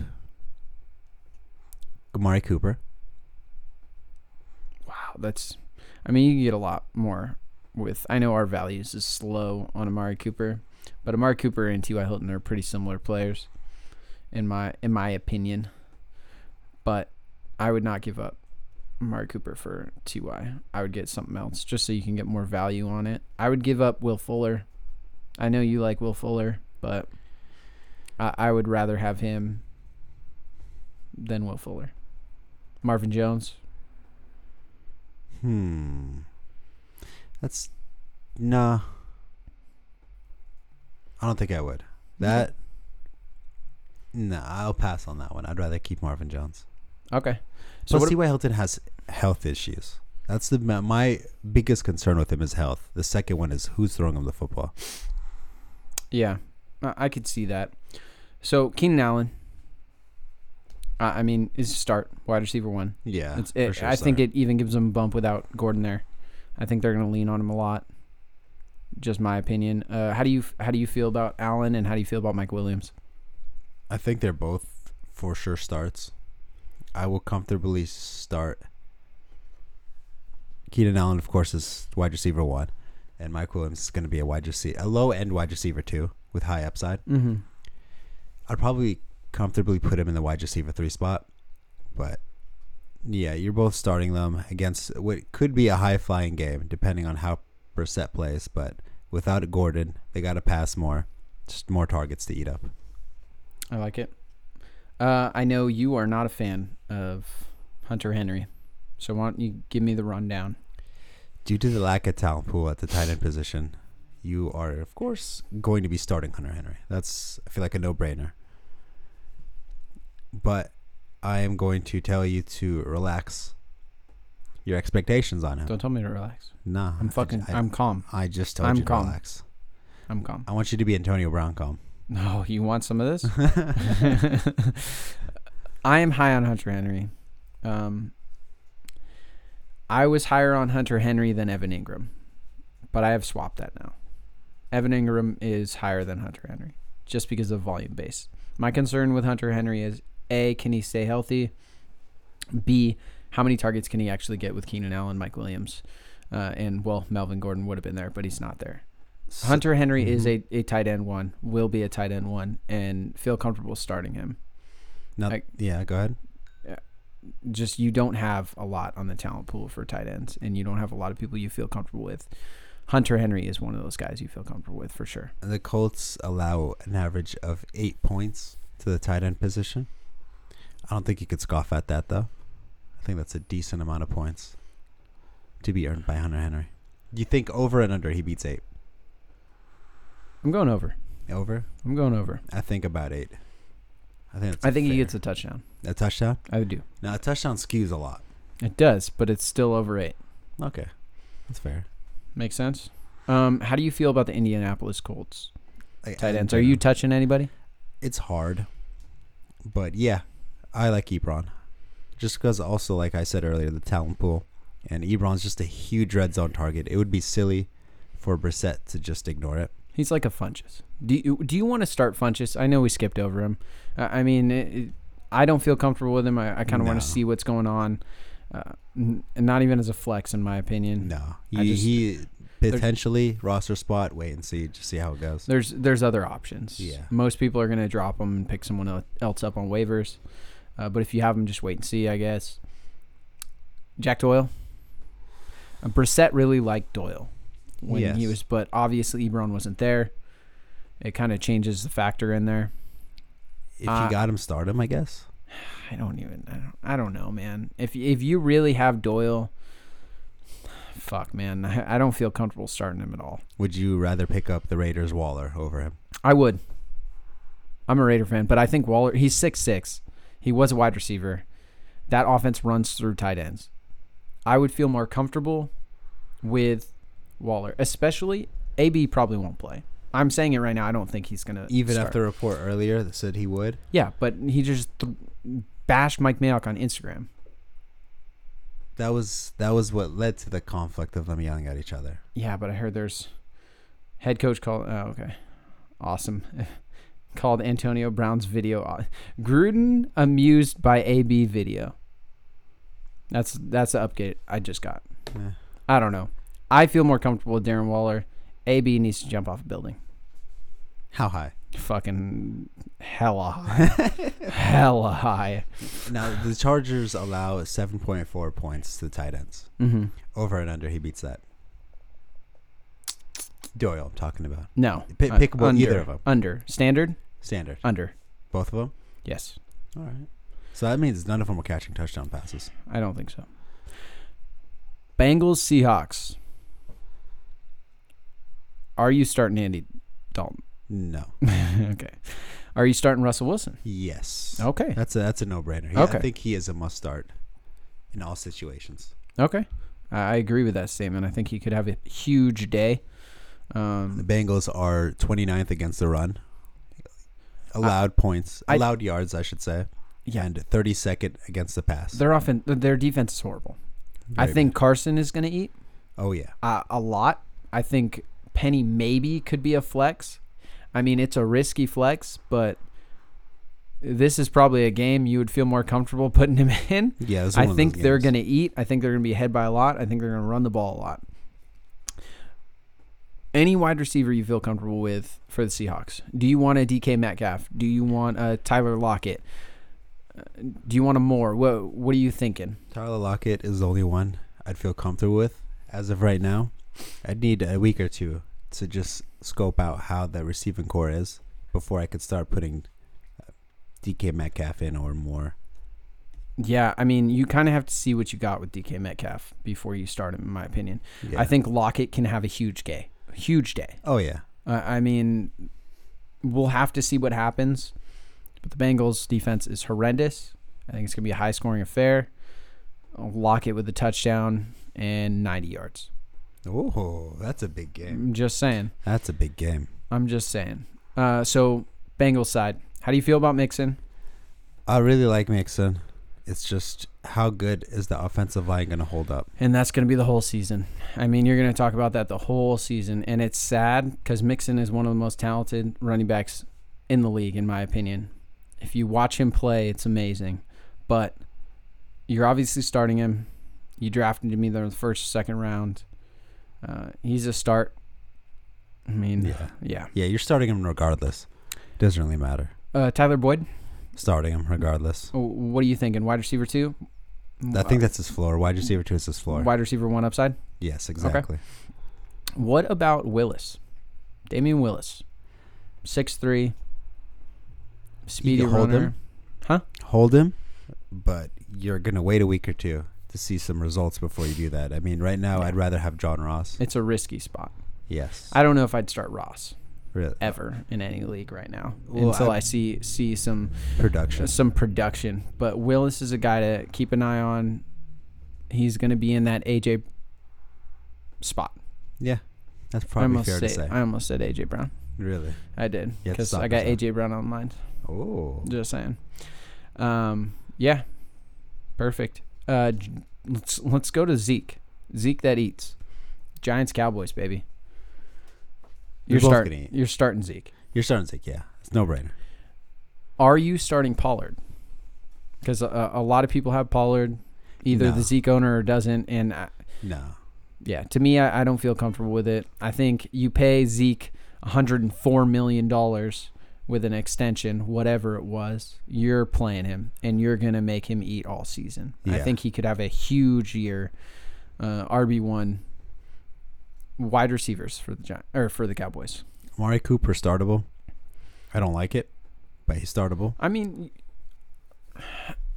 Speaker 2: Amari Cooper.
Speaker 3: Wow, that's I mean, you can get a lot more with I know our values is slow on Amari Cooper, but Amari Cooper and T.Y. Hilton are pretty similar players in my in my opinion. But I would not give up Amari Cooper for T.Y. I would get something else just so you can get more value on it. I would give up Will Fuller. I know you like Will Fuller, but I, I would rather have him than Will Fuller. Marvin Jones.
Speaker 2: Hmm. That's nah. I don't think I would. That nah, I'll pass on that one. I'd rather keep Marvin Jones.
Speaker 3: Okay. So
Speaker 2: So
Speaker 3: what,
Speaker 2: Plus, T.Y. Hilton has health issues. That's the my- my biggest concern with him is health. The second one is who's throwing him the football.
Speaker 3: yeah, I I could see that. So Keenan Allen, I I mean, is a start wide receiver one.
Speaker 2: Yeah,
Speaker 3: It's, it, I think it even gives them a bump without Gordon there. I think they're going to lean on him a lot. Just my opinion. Uh, how do you how do you feel about Allen and how do you feel about Mike Williams?
Speaker 2: I think they're both for sure starts. I will comfortably start. Keenan Allen, of course, is wide receiver one, and Mike Williams is going to be a wide receiver, a low end wide receiver two with high upside.
Speaker 3: Mm-hmm.
Speaker 2: I'd probably comfortably put him in the wide receiver three spot, but yeah, you're both starting them against what could be a high flying game, depending on how Brissett plays. But without Gordon, they got to pass more, just more targets to eat up.
Speaker 3: I like it. Uh, I know you are not a fan of Hunter Henry, so why don't you give me the rundown?
Speaker 2: Due to the lack of talent pool at the tight end position, you are of course going to be starting Hunter Henry. That's I feel like a no-brainer. But I am going to tell you to relax. your expectations on him.
Speaker 3: Don't tell me to relax.
Speaker 2: nah,
Speaker 3: I'm fucking.
Speaker 2: I,
Speaker 3: I, am calm.
Speaker 2: I just told
Speaker 3: I'm
Speaker 2: you to
Speaker 3: calm.
Speaker 2: relax.
Speaker 3: I'm calm.
Speaker 2: I want you to be Antonio Brown calm.
Speaker 3: No, Oh, you want some of this? I am high on Hunter Henry. Um, I was higher on Hunter Henry than Evan Ingram, but I have swapped that now. Evan Ingram is higher than Hunter Henry just because of volume base. My concern with Hunter Henry is A, can he stay healthy? B, how many targets can he actually get with Keenan Allen, Mike Williams? Uh, and, well, Melvin Gordon would have been there, but he's not there. Hunter Henry is a, a tight end one, will be a tight end one, and feel comfortable starting him.
Speaker 2: Now,
Speaker 3: I-
Speaker 2: yeah, go ahead.
Speaker 3: Just you don't have a lot on the talent pool for tight ends, and you don't have a lot of people you feel comfortable with. Hunter Henry is one of those guys you feel comfortable with for sure.
Speaker 2: The Colts allow an average of eight points to the tight end position. I don't think you could scoff at that, though. I think that's a decent amount of points to be earned by Hunter Henry. You think over and under he beats eight?
Speaker 3: I'm going over.
Speaker 2: Over?
Speaker 3: I'm going over.
Speaker 2: I think about eight. I think. That's
Speaker 3: I think he
Speaker 2: fair.
Speaker 3: gets a touchdown.
Speaker 2: a touchdown.
Speaker 3: I do.
Speaker 2: Now a touchdown skews a lot.
Speaker 3: It does, but it's still over eight.
Speaker 2: Okay, that's fair.
Speaker 3: Makes sense. Um, how do you feel about the Indianapolis Colts
Speaker 2: Like,
Speaker 3: tight
Speaker 2: I-
Speaker 3: ends? Are you touching anybody?
Speaker 2: it's hard, but yeah, I like Ebron, just because also like I said earlier, the talent pool, and Ebron's just a huge red zone target. It would be silly for Brissett to just ignore it.
Speaker 3: He's like a Funches. Do you, do you want to start Funches? I know we skipped over him. I, I mean, it, it, I don't feel comfortable with him. I, I kind of want
Speaker 2: No.
Speaker 3: to see what's going on. Uh, n- not even as a flex, in my opinion.
Speaker 2: No,
Speaker 3: I
Speaker 2: he,
Speaker 3: just-
Speaker 2: he potentially roster spot. Wait and see, just see how it goes.
Speaker 3: There's there's other options.
Speaker 2: Yeah.
Speaker 3: Most people are going to drop him and pick someone el- else up on waivers. Uh, but if you have him, just wait and see, I guess. Jack Doyle. Uh, Brissett really liked Doyle when he
Speaker 2: Yes.
Speaker 3: was, but obviously Ebron wasn't there. It kind of changes the factor in there.
Speaker 2: If
Speaker 3: uh,
Speaker 2: you got him, start him. I guess.
Speaker 3: I don't even. I don't. I don't know, man. If y- if you really have Doyle, fuck, man. I, I don't feel comfortable starting him at all.
Speaker 2: Would you rather pick up the Raiders Waller over him?
Speaker 3: I would. I'm a Raider fan, but I think Waller. He's six six. He was a wide receiver. That offense runs through tight ends. I would feel more comfortable with Waller, especially AB probably won't play. I'm saying it right now. I don't think he's gonna
Speaker 2: Even
Speaker 3: start.
Speaker 2: after a report earlier that said he would.
Speaker 3: Yeah, but he just th- bashed Mike Mayock on Instagram.
Speaker 2: That was that was what led to the conflict of them yelling at each other.
Speaker 3: Yeah, but I heard there's head coach called. Oh, okay, awesome. called Antonio Brown's video au- Gruden amused by AB video. That's that's the update I just got.
Speaker 2: Yeah.
Speaker 3: I don't know. I feel more comfortable with Darren Waller. AB needs to jump off a building.
Speaker 2: How high?
Speaker 3: Fucking hella high. hella high.
Speaker 2: Now the Chargers allow seven point four points to the tight ends.
Speaker 3: Mhm.
Speaker 2: Over and under, he beats that. Doyle, I'm talking about
Speaker 3: No.
Speaker 2: Pick-
Speaker 3: Un-
Speaker 2: pick one-
Speaker 3: under,
Speaker 2: either of 'em.
Speaker 3: Under. Standard?
Speaker 2: standard.
Speaker 3: Under.
Speaker 2: Both of them.
Speaker 3: Yes.
Speaker 2: All right. So that means none of them are catching touchdown passes.
Speaker 3: I don't think so. Bengals Seahawks. Are you starting Andy Dalton?
Speaker 2: No.
Speaker 3: okay. Are you starting Russell Wilson?
Speaker 2: yes.
Speaker 3: Okay.
Speaker 2: That's a that's a no brainer.
Speaker 3: Okay.
Speaker 2: I think he is a must start in all situations.
Speaker 3: Okay. I I agree with that statement. I think he could have a huge day.
Speaker 2: The
Speaker 3: Um,
Speaker 2: Bengals are 29th against the run. Allowed points,
Speaker 3: I-
Speaker 2: allowed yards, I should say.
Speaker 3: Yeah.
Speaker 2: And 32nd against the pass.
Speaker 3: their offense, their defense is horrible. I
Speaker 2: Very
Speaker 3: think Carson is going to eat
Speaker 2: oh, yeah.
Speaker 3: uh, a lot. I think Penny maybe could be a flex. I mean, it's a risky flex, but this is probably a game you would feel more comfortable putting him in.
Speaker 2: Yeah, this is
Speaker 3: I
Speaker 2: one of
Speaker 3: think
Speaker 2: those
Speaker 3: they're
Speaker 2: games.
Speaker 3: going to eat. I think they're going to be ahead by a lot. I think they're going to run the ball a lot. Any wide receiver you feel comfortable with for the Seahawks? Do you want a DK Metcalf? Do you want a Tyler Lockett? Uh, Do you want a Moore? What What are you thinking?
Speaker 2: Tyler Lockett is the only one I'd feel comfortable with as of right now. I'd need a week or two to just scope out how that receiving core is before I could start putting uh, DK Metcalf in or more.
Speaker 3: Yeah, I mean, you kind of have to see what you got with DK Metcalf before you start him, in my opinion.
Speaker 2: Yeah.
Speaker 3: I think Lockett can have a huge day. Huge day.
Speaker 2: Oh, yeah.
Speaker 3: Uh, I mean, we'll have to see what happens. But the Bengals' defense is horrendous. I think it's going to be a high scoring affair. lock it with a touchdown and 90 yards.
Speaker 2: Oh, that's a big game.
Speaker 3: I'm just saying.
Speaker 2: That's a big game.
Speaker 3: I'm just saying. Uh, so Bengals side, how do you feel about Mixon?
Speaker 2: I really like Mixon. It's just how good is the offensive line going to hold up?
Speaker 3: And that's going to be the whole season. I mean, you're going to talk about that the whole season, and it's sad because Mixon is one of the most talented running backs in the league, in my opinion. If you watch him play, it's amazing. But you're obviously starting him. You drafted him either in the first, second round. Uh, he's a start. I mean,
Speaker 2: Yeah.
Speaker 3: yeah.
Speaker 2: Yeah, you're starting him regardless. Doesn't really matter.
Speaker 3: Uh, Tyler Boyd,
Speaker 2: Starting him regardless.
Speaker 3: wh- what are you thinking? Wide receiver two,
Speaker 2: I think that's his floor. Wide receiver two is his floor.
Speaker 3: wide receiver one upside.
Speaker 2: Yes, exactly.
Speaker 3: What about Willis? Damian Willis. six three, Speedy
Speaker 2: could hold
Speaker 3: runner.
Speaker 2: him.
Speaker 3: Huh?
Speaker 2: Hold him, but you're going to wait a week or two to see some results before you do that. I mean, right now, I'd rather have John Ross.
Speaker 3: It's a risky spot.
Speaker 2: Yes.
Speaker 3: I don't know if I'd start Ross
Speaker 2: Really.
Speaker 3: ever in any league right now
Speaker 2: Well,
Speaker 3: until
Speaker 2: I-
Speaker 3: I, see see some
Speaker 2: Production.
Speaker 3: some production. But Willis is a guy to keep an eye on. He's going to be in that AJ spot.
Speaker 2: Yeah. That's
Speaker 3: I
Speaker 2: probably
Speaker 3: almost
Speaker 2: fair
Speaker 3: say,
Speaker 2: to say.
Speaker 3: I almost said AJ Brown.
Speaker 2: really.
Speaker 3: I did
Speaker 2: You had to
Speaker 3: because
Speaker 2: stop
Speaker 3: I got
Speaker 2: yourself.
Speaker 3: AJ Brown on mine.
Speaker 2: Oh.
Speaker 3: Just saying. Um, yeah, perfect. Uh, j- let's let's go to Zeke. Zeke that eats. Giants Cowboys baby.
Speaker 2: They're
Speaker 3: You're
Speaker 2: both
Speaker 3: starting.
Speaker 2: gonna eat.
Speaker 3: You're starting Zeke.
Speaker 2: You're starting Zeke, yeah. It's no brainer.
Speaker 3: Are you starting Pollard? Because a, a lot of people have Pollard, either
Speaker 2: No.
Speaker 3: the Zeke owner or doesn't. And uh, I,
Speaker 2: No.
Speaker 3: yeah, to me, I, I don't feel comfortable with it. I think you pay Zeke 104 million dollars with an extension, whatever it was. You're playing him, and you're gonna make him eat all season. I
Speaker 2: Yeah.
Speaker 3: think he could have a huge year. Uh, RB one, wide receivers for the Giant or for the Cowboys.
Speaker 2: Amari Cooper startable. I don't like it, but he's startable.
Speaker 3: I mean,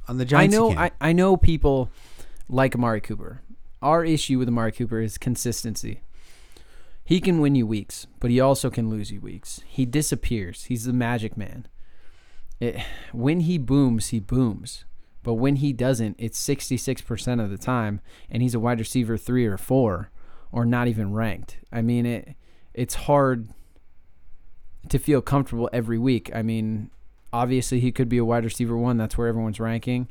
Speaker 2: On the Giants,
Speaker 3: I
Speaker 2: he
Speaker 3: know,
Speaker 2: can.
Speaker 3: I, I know people like Amari Cooper. Our issue with Amari Cooper is consistency. He can win you weeks, but he also can lose you weeks. He disappears. He's the magic man. It, when he booms, he booms. But when he doesn't, it's 66% of the time, and he's a wide receiver three or four, or not even ranked. I mean, it it's hard to feel comfortable every week. I mean, obviously he could be a wide receiver one. That's where everyone's ranking.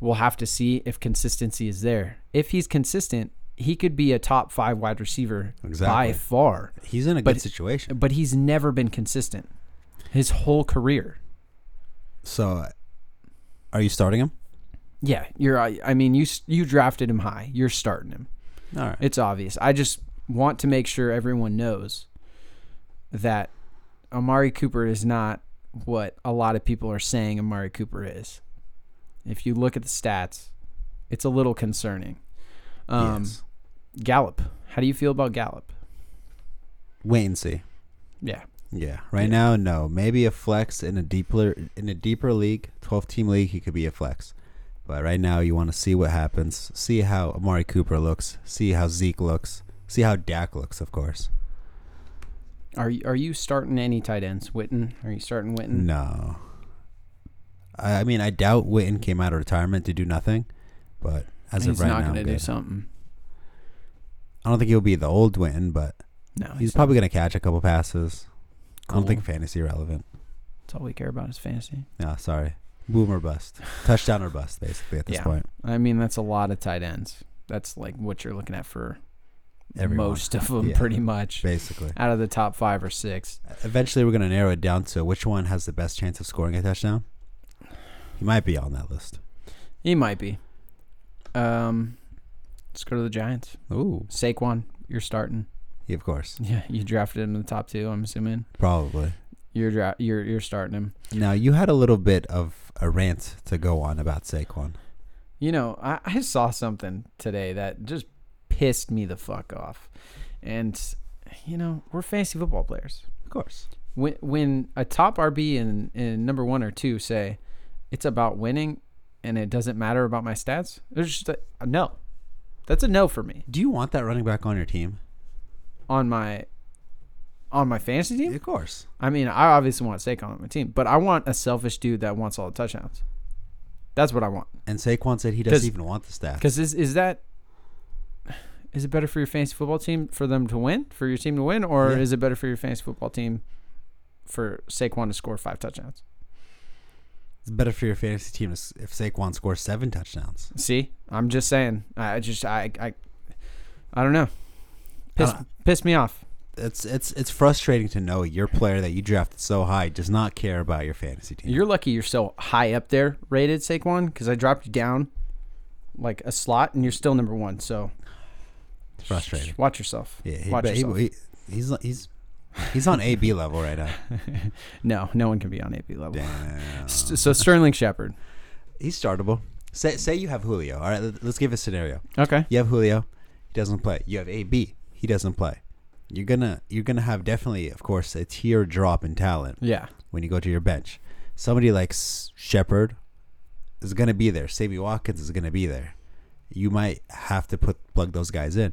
Speaker 3: We'll have to see if consistency is there. If he's consistent, he could be a top five wide receiver
Speaker 2: Exactly.
Speaker 3: by far.
Speaker 2: he's in a
Speaker 3: but-
Speaker 2: good situation.
Speaker 3: But he's never been consistent his whole career.
Speaker 2: So, are you starting him?
Speaker 3: Yeah, you're. I I mean, you s- you drafted him high. You're starting him.
Speaker 2: All right.
Speaker 3: It's obvious. I just want to make sure everyone knows that Amari Cooper is not what a lot of people are saying Amari Cooper is. If you look at the stats, it's a little concerning. Um,
Speaker 2: yes.
Speaker 3: Gallup. How do you feel about Gallup?
Speaker 2: Wait and see.
Speaker 3: Yeah.
Speaker 2: Yeah. Right now, no. Maybe a flex in a deeper in a deeper league, twelve team league, he could be a flex. But right now, you want to see what happens. See how Amari Cooper looks. See how Zeke looks. See how Dak looks, of course.
Speaker 3: Are you, are you starting any tight ends? Witten? Are you starting Witten?
Speaker 2: No. I I mean, I doubt Witten came out of retirement to do nothing, but as of
Speaker 3: He's
Speaker 2: right
Speaker 3: not
Speaker 2: now, I'm
Speaker 3: going to do
Speaker 2: good.
Speaker 3: something.
Speaker 2: I don't think he'll be the old Witten, but
Speaker 3: No.
Speaker 2: he's, probably going to catch a couple passes. I don't
Speaker 3: Cool.
Speaker 2: think fantasy relevant.
Speaker 3: That's all we care about is fantasy.
Speaker 2: No, sorry. Boom or bust. Touchdown or bust, basically, at this
Speaker 3: Yeah.
Speaker 2: point.
Speaker 3: I mean, that's a lot of tight ends. That's like what you're looking at for
Speaker 2: Everyone.
Speaker 3: most of them,
Speaker 2: Yeah.
Speaker 3: pretty much.
Speaker 2: Basically.
Speaker 3: Out of the top five or six,
Speaker 2: Eventually, we're going to narrow it down to which one has the best chance of scoring a touchdown. He might be on that list.
Speaker 3: he might be. Um, let's go to the Giants.
Speaker 2: Ooh.
Speaker 3: Saquon, you're starting.
Speaker 2: Yeah, of course.
Speaker 3: Yeah, you drafted him in the top two. I'm assuming
Speaker 2: Probably.
Speaker 3: you're dra- you're you're starting him.
Speaker 2: Now, you had a little bit of a rant to go on about Saquon.
Speaker 3: You know, I, I saw something today that just pissed me the fuck off, and you know, we're fantasy football players.
Speaker 2: Of course.
Speaker 3: when when a top RB and, and number one or two say it's about winning and it doesn't matter about my stats, there's just a, a no. That's a no for me
Speaker 2: Do you want that running back on your team?
Speaker 3: on my on my fantasy team.
Speaker 2: Of course.
Speaker 3: I mean, I obviously want Saquon on my team, but I want a selfish dude that wants all the touchdowns. That's what I want.
Speaker 2: And Saquon said he doesn't
Speaker 3: 'Cause-
Speaker 2: even want the staff.
Speaker 3: Because is is that is it better for your fantasy football team for them to win, for your team to win, or
Speaker 2: Yeah.
Speaker 3: is it better for your fantasy football team for Saquon to score five touchdowns?
Speaker 2: It's better for your fantasy team is if Saquon scores seven touchdowns.
Speaker 3: See, I'm just saying. I I just I I, I don't know. Piss
Speaker 2: Uh,
Speaker 3: piss me off.
Speaker 2: It's it's it's frustrating to know your player that you drafted so high does not care about your fantasy team.
Speaker 3: You're lucky you're so high up there rated Saquon because I dropped you down like a slot and you're still number one. So
Speaker 2: It's frustrating.
Speaker 3: watch yourself.
Speaker 2: Yeah, he,
Speaker 3: watch
Speaker 2: but he,
Speaker 3: yourself.
Speaker 2: he- he's he's he's on AB level right now.
Speaker 3: no, no one can be on AB level.
Speaker 2: Damn.
Speaker 3: S- So Sterling Shepard.
Speaker 2: He's startable. Say say you have Julio. All right, let- let's give a scenario.
Speaker 3: Okay.
Speaker 2: You have Julio, he doesn't play. You have AB, he doesn't play. You're gonna you're gonna have definitely, of course, a tier drop in talent.
Speaker 3: Yeah.
Speaker 2: when you go to your bench. Somebody like S- Shepard is going to be there. Sammy Watkins is going to be there. You might have to put plug those guys in.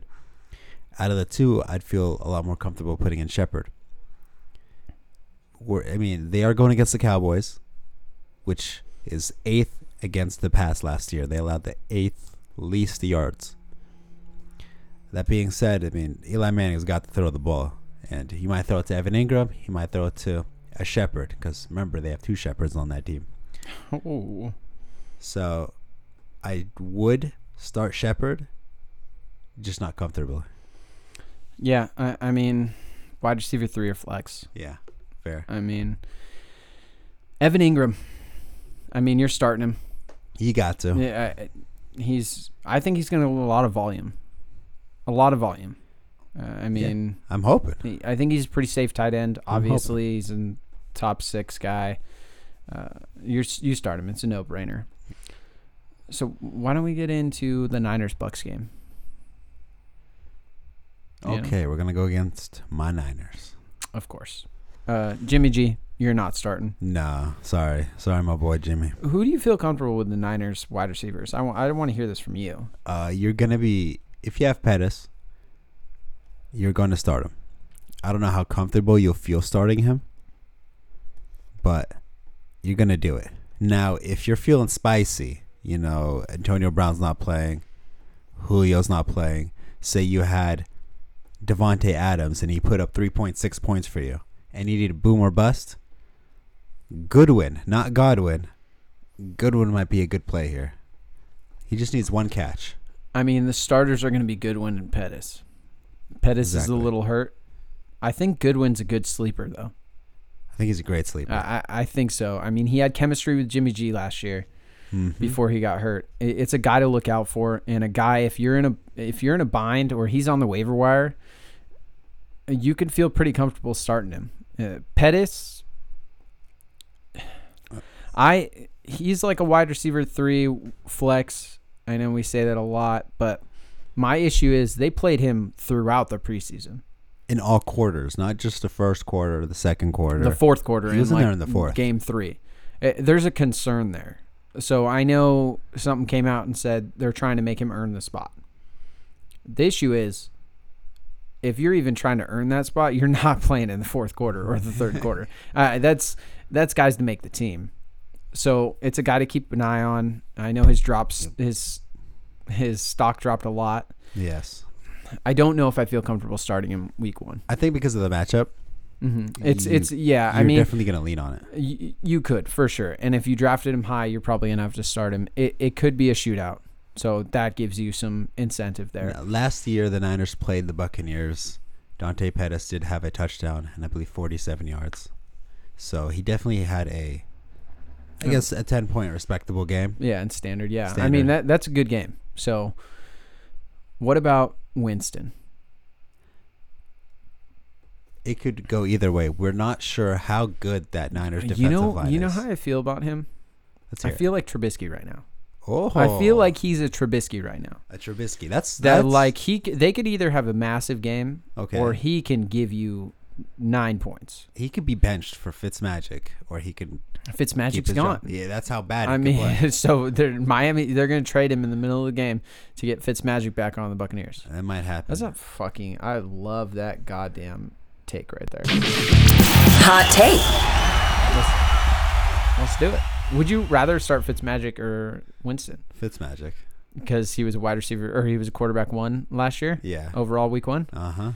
Speaker 2: Out of the two, I'd feel a lot more comfortable putting in Shepard. We're, I mean, they are going against the Cowboys, which is eighth against the pass last year. They allowed the eighth least yards. That being said, I mean, Eli Manning's got to throw the ball. And he might throw it to Evan Ingram. He might throw it to a Shepherd. Because remember, they have two Shepherds on that team.
Speaker 3: Oh.
Speaker 2: So I would start Shepherd, just not comfortable.
Speaker 3: Yeah, I, I mean, wide receiver three or flex.
Speaker 2: Yeah, fair.
Speaker 3: I mean, Evan Ingram. I mean, you're starting him.
Speaker 2: You got to.
Speaker 3: Yeah, I- I- he's. I think he's going to a lot of volume, a lot of volume. Uh, I mean,
Speaker 2: I'm hoping.
Speaker 3: he- I think he's a pretty safe tight end.
Speaker 2: hoping.
Speaker 3: Obviously, he's in top six guy. Uh, you you start him. It's a no brainer. So why don't we get into the Niners Bucks game? You know?
Speaker 2: Okay, we're going to go against my Niners.
Speaker 3: Of course. Uh, Jimmy G, you're not starting.
Speaker 2: No, sorry. Sorry, my boy Jimmy.
Speaker 3: Who do you feel comfortable with the Niners wide receivers? I want to hear this from you.
Speaker 2: Uh, you're going to be, if you have Pettis, you're going to start him. I don't know how comfortable you'll feel starting him, but you're going to do it. Now, if you're feeling spicy, you know, Antonio Brown's not playing, Julio's not playing, say you had Devonte Adams and he put up 3.6 points for you and you need a boom or bust, Goodwin, not Godwin. Goodwin might be a good play here. He just needs one catch.
Speaker 3: I mean, the starters are going to be Goodwin and Pettis. Pettis is
Speaker 2: Exactly.
Speaker 3: a little hurt. I think Goodwin's a good sleeper, though.
Speaker 2: I think he's a great sleeper.
Speaker 3: I, I I think so. I mean, he had chemistry with Jimmy G last year before he got hurt. I- It's a guy to look out for, and a guy if you're in a if you're in a bind or he's on the waiver wire, you can feel pretty comfortable starting him. Uh, Pettis, I he's like a wide receiver three flex. I know we say that a lot, but my issue is they played him throughout the preseason.
Speaker 2: in all quarters, not just the first quarter, the second quarter.
Speaker 3: the fourth quarter.
Speaker 2: He was
Speaker 3: in,
Speaker 2: in there
Speaker 3: like,
Speaker 2: in the fourth.
Speaker 3: game three. Uh, there's a concern there. So I know something came out and said they're trying to make him earn the spot. The issue is, if you're even trying to earn that spot, you're not playing in the fourth quarter or the third quarter. Uh, that's that's guys to make the team. So it's a guy to keep an eye on. I know his drops his his stock dropped a lot.
Speaker 2: Yes,
Speaker 3: I don't know if I feel comfortable starting him week one.
Speaker 2: I think because of the matchup,
Speaker 3: It's it's yeah.
Speaker 2: you're
Speaker 3: I mean,
Speaker 2: definitely gonna lean on it.
Speaker 3: Y- you could for sure and if you drafted him high you're probably gonna have to start him it, it could be a shootout so that gives you some incentive there
Speaker 2: Now, Uh, last year, the Niners played the Buccaneers. Dante Pettis did have a touchdown and I believe 47 yards, so he definitely had a, I
Speaker 3: Mm.
Speaker 2: guess, a 10 point respectable game.
Speaker 3: yeah and standard yeah i mean
Speaker 2: Standard.
Speaker 3: that that's a good game so what about winston
Speaker 2: It could go either way. We're not sure how good that Niners defensive
Speaker 3: you know
Speaker 2: line
Speaker 3: you know
Speaker 2: is.
Speaker 3: how i feel about him
Speaker 2: Let's
Speaker 3: i
Speaker 2: hear it.
Speaker 3: feel like trubisky right now
Speaker 2: Oh,
Speaker 3: i feel like he's a trubisky right now
Speaker 2: a Trubisky. That's
Speaker 3: that
Speaker 2: that's
Speaker 3: like he c- they could either have a massive game
Speaker 2: Okay.
Speaker 3: or he can give you nine points
Speaker 2: he could be benched for Fitzmagic, or he could keep
Speaker 3: fitzmagic's
Speaker 2: his
Speaker 3: gone
Speaker 2: job. Yeah, that's how bad. He
Speaker 3: I
Speaker 2: could play.
Speaker 3: mean, so they're Miami. They're going to trade him in the middle of the game to get Fitzmagic back on the Buccaneers.
Speaker 2: That might happen.
Speaker 3: That's not fucking. I love that goddamn take right there.
Speaker 5: Hot take.
Speaker 3: Let's do it. Would you rather start Fitzmagic or Winston?
Speaker 2: Fitzmagic.
Speaker 3: Because he was a wide receiver, or he was a quarterback one last year.
Speaker 2: Yeah.
Speaker 3: Overall, week one.
Speaker 2: Uh huh.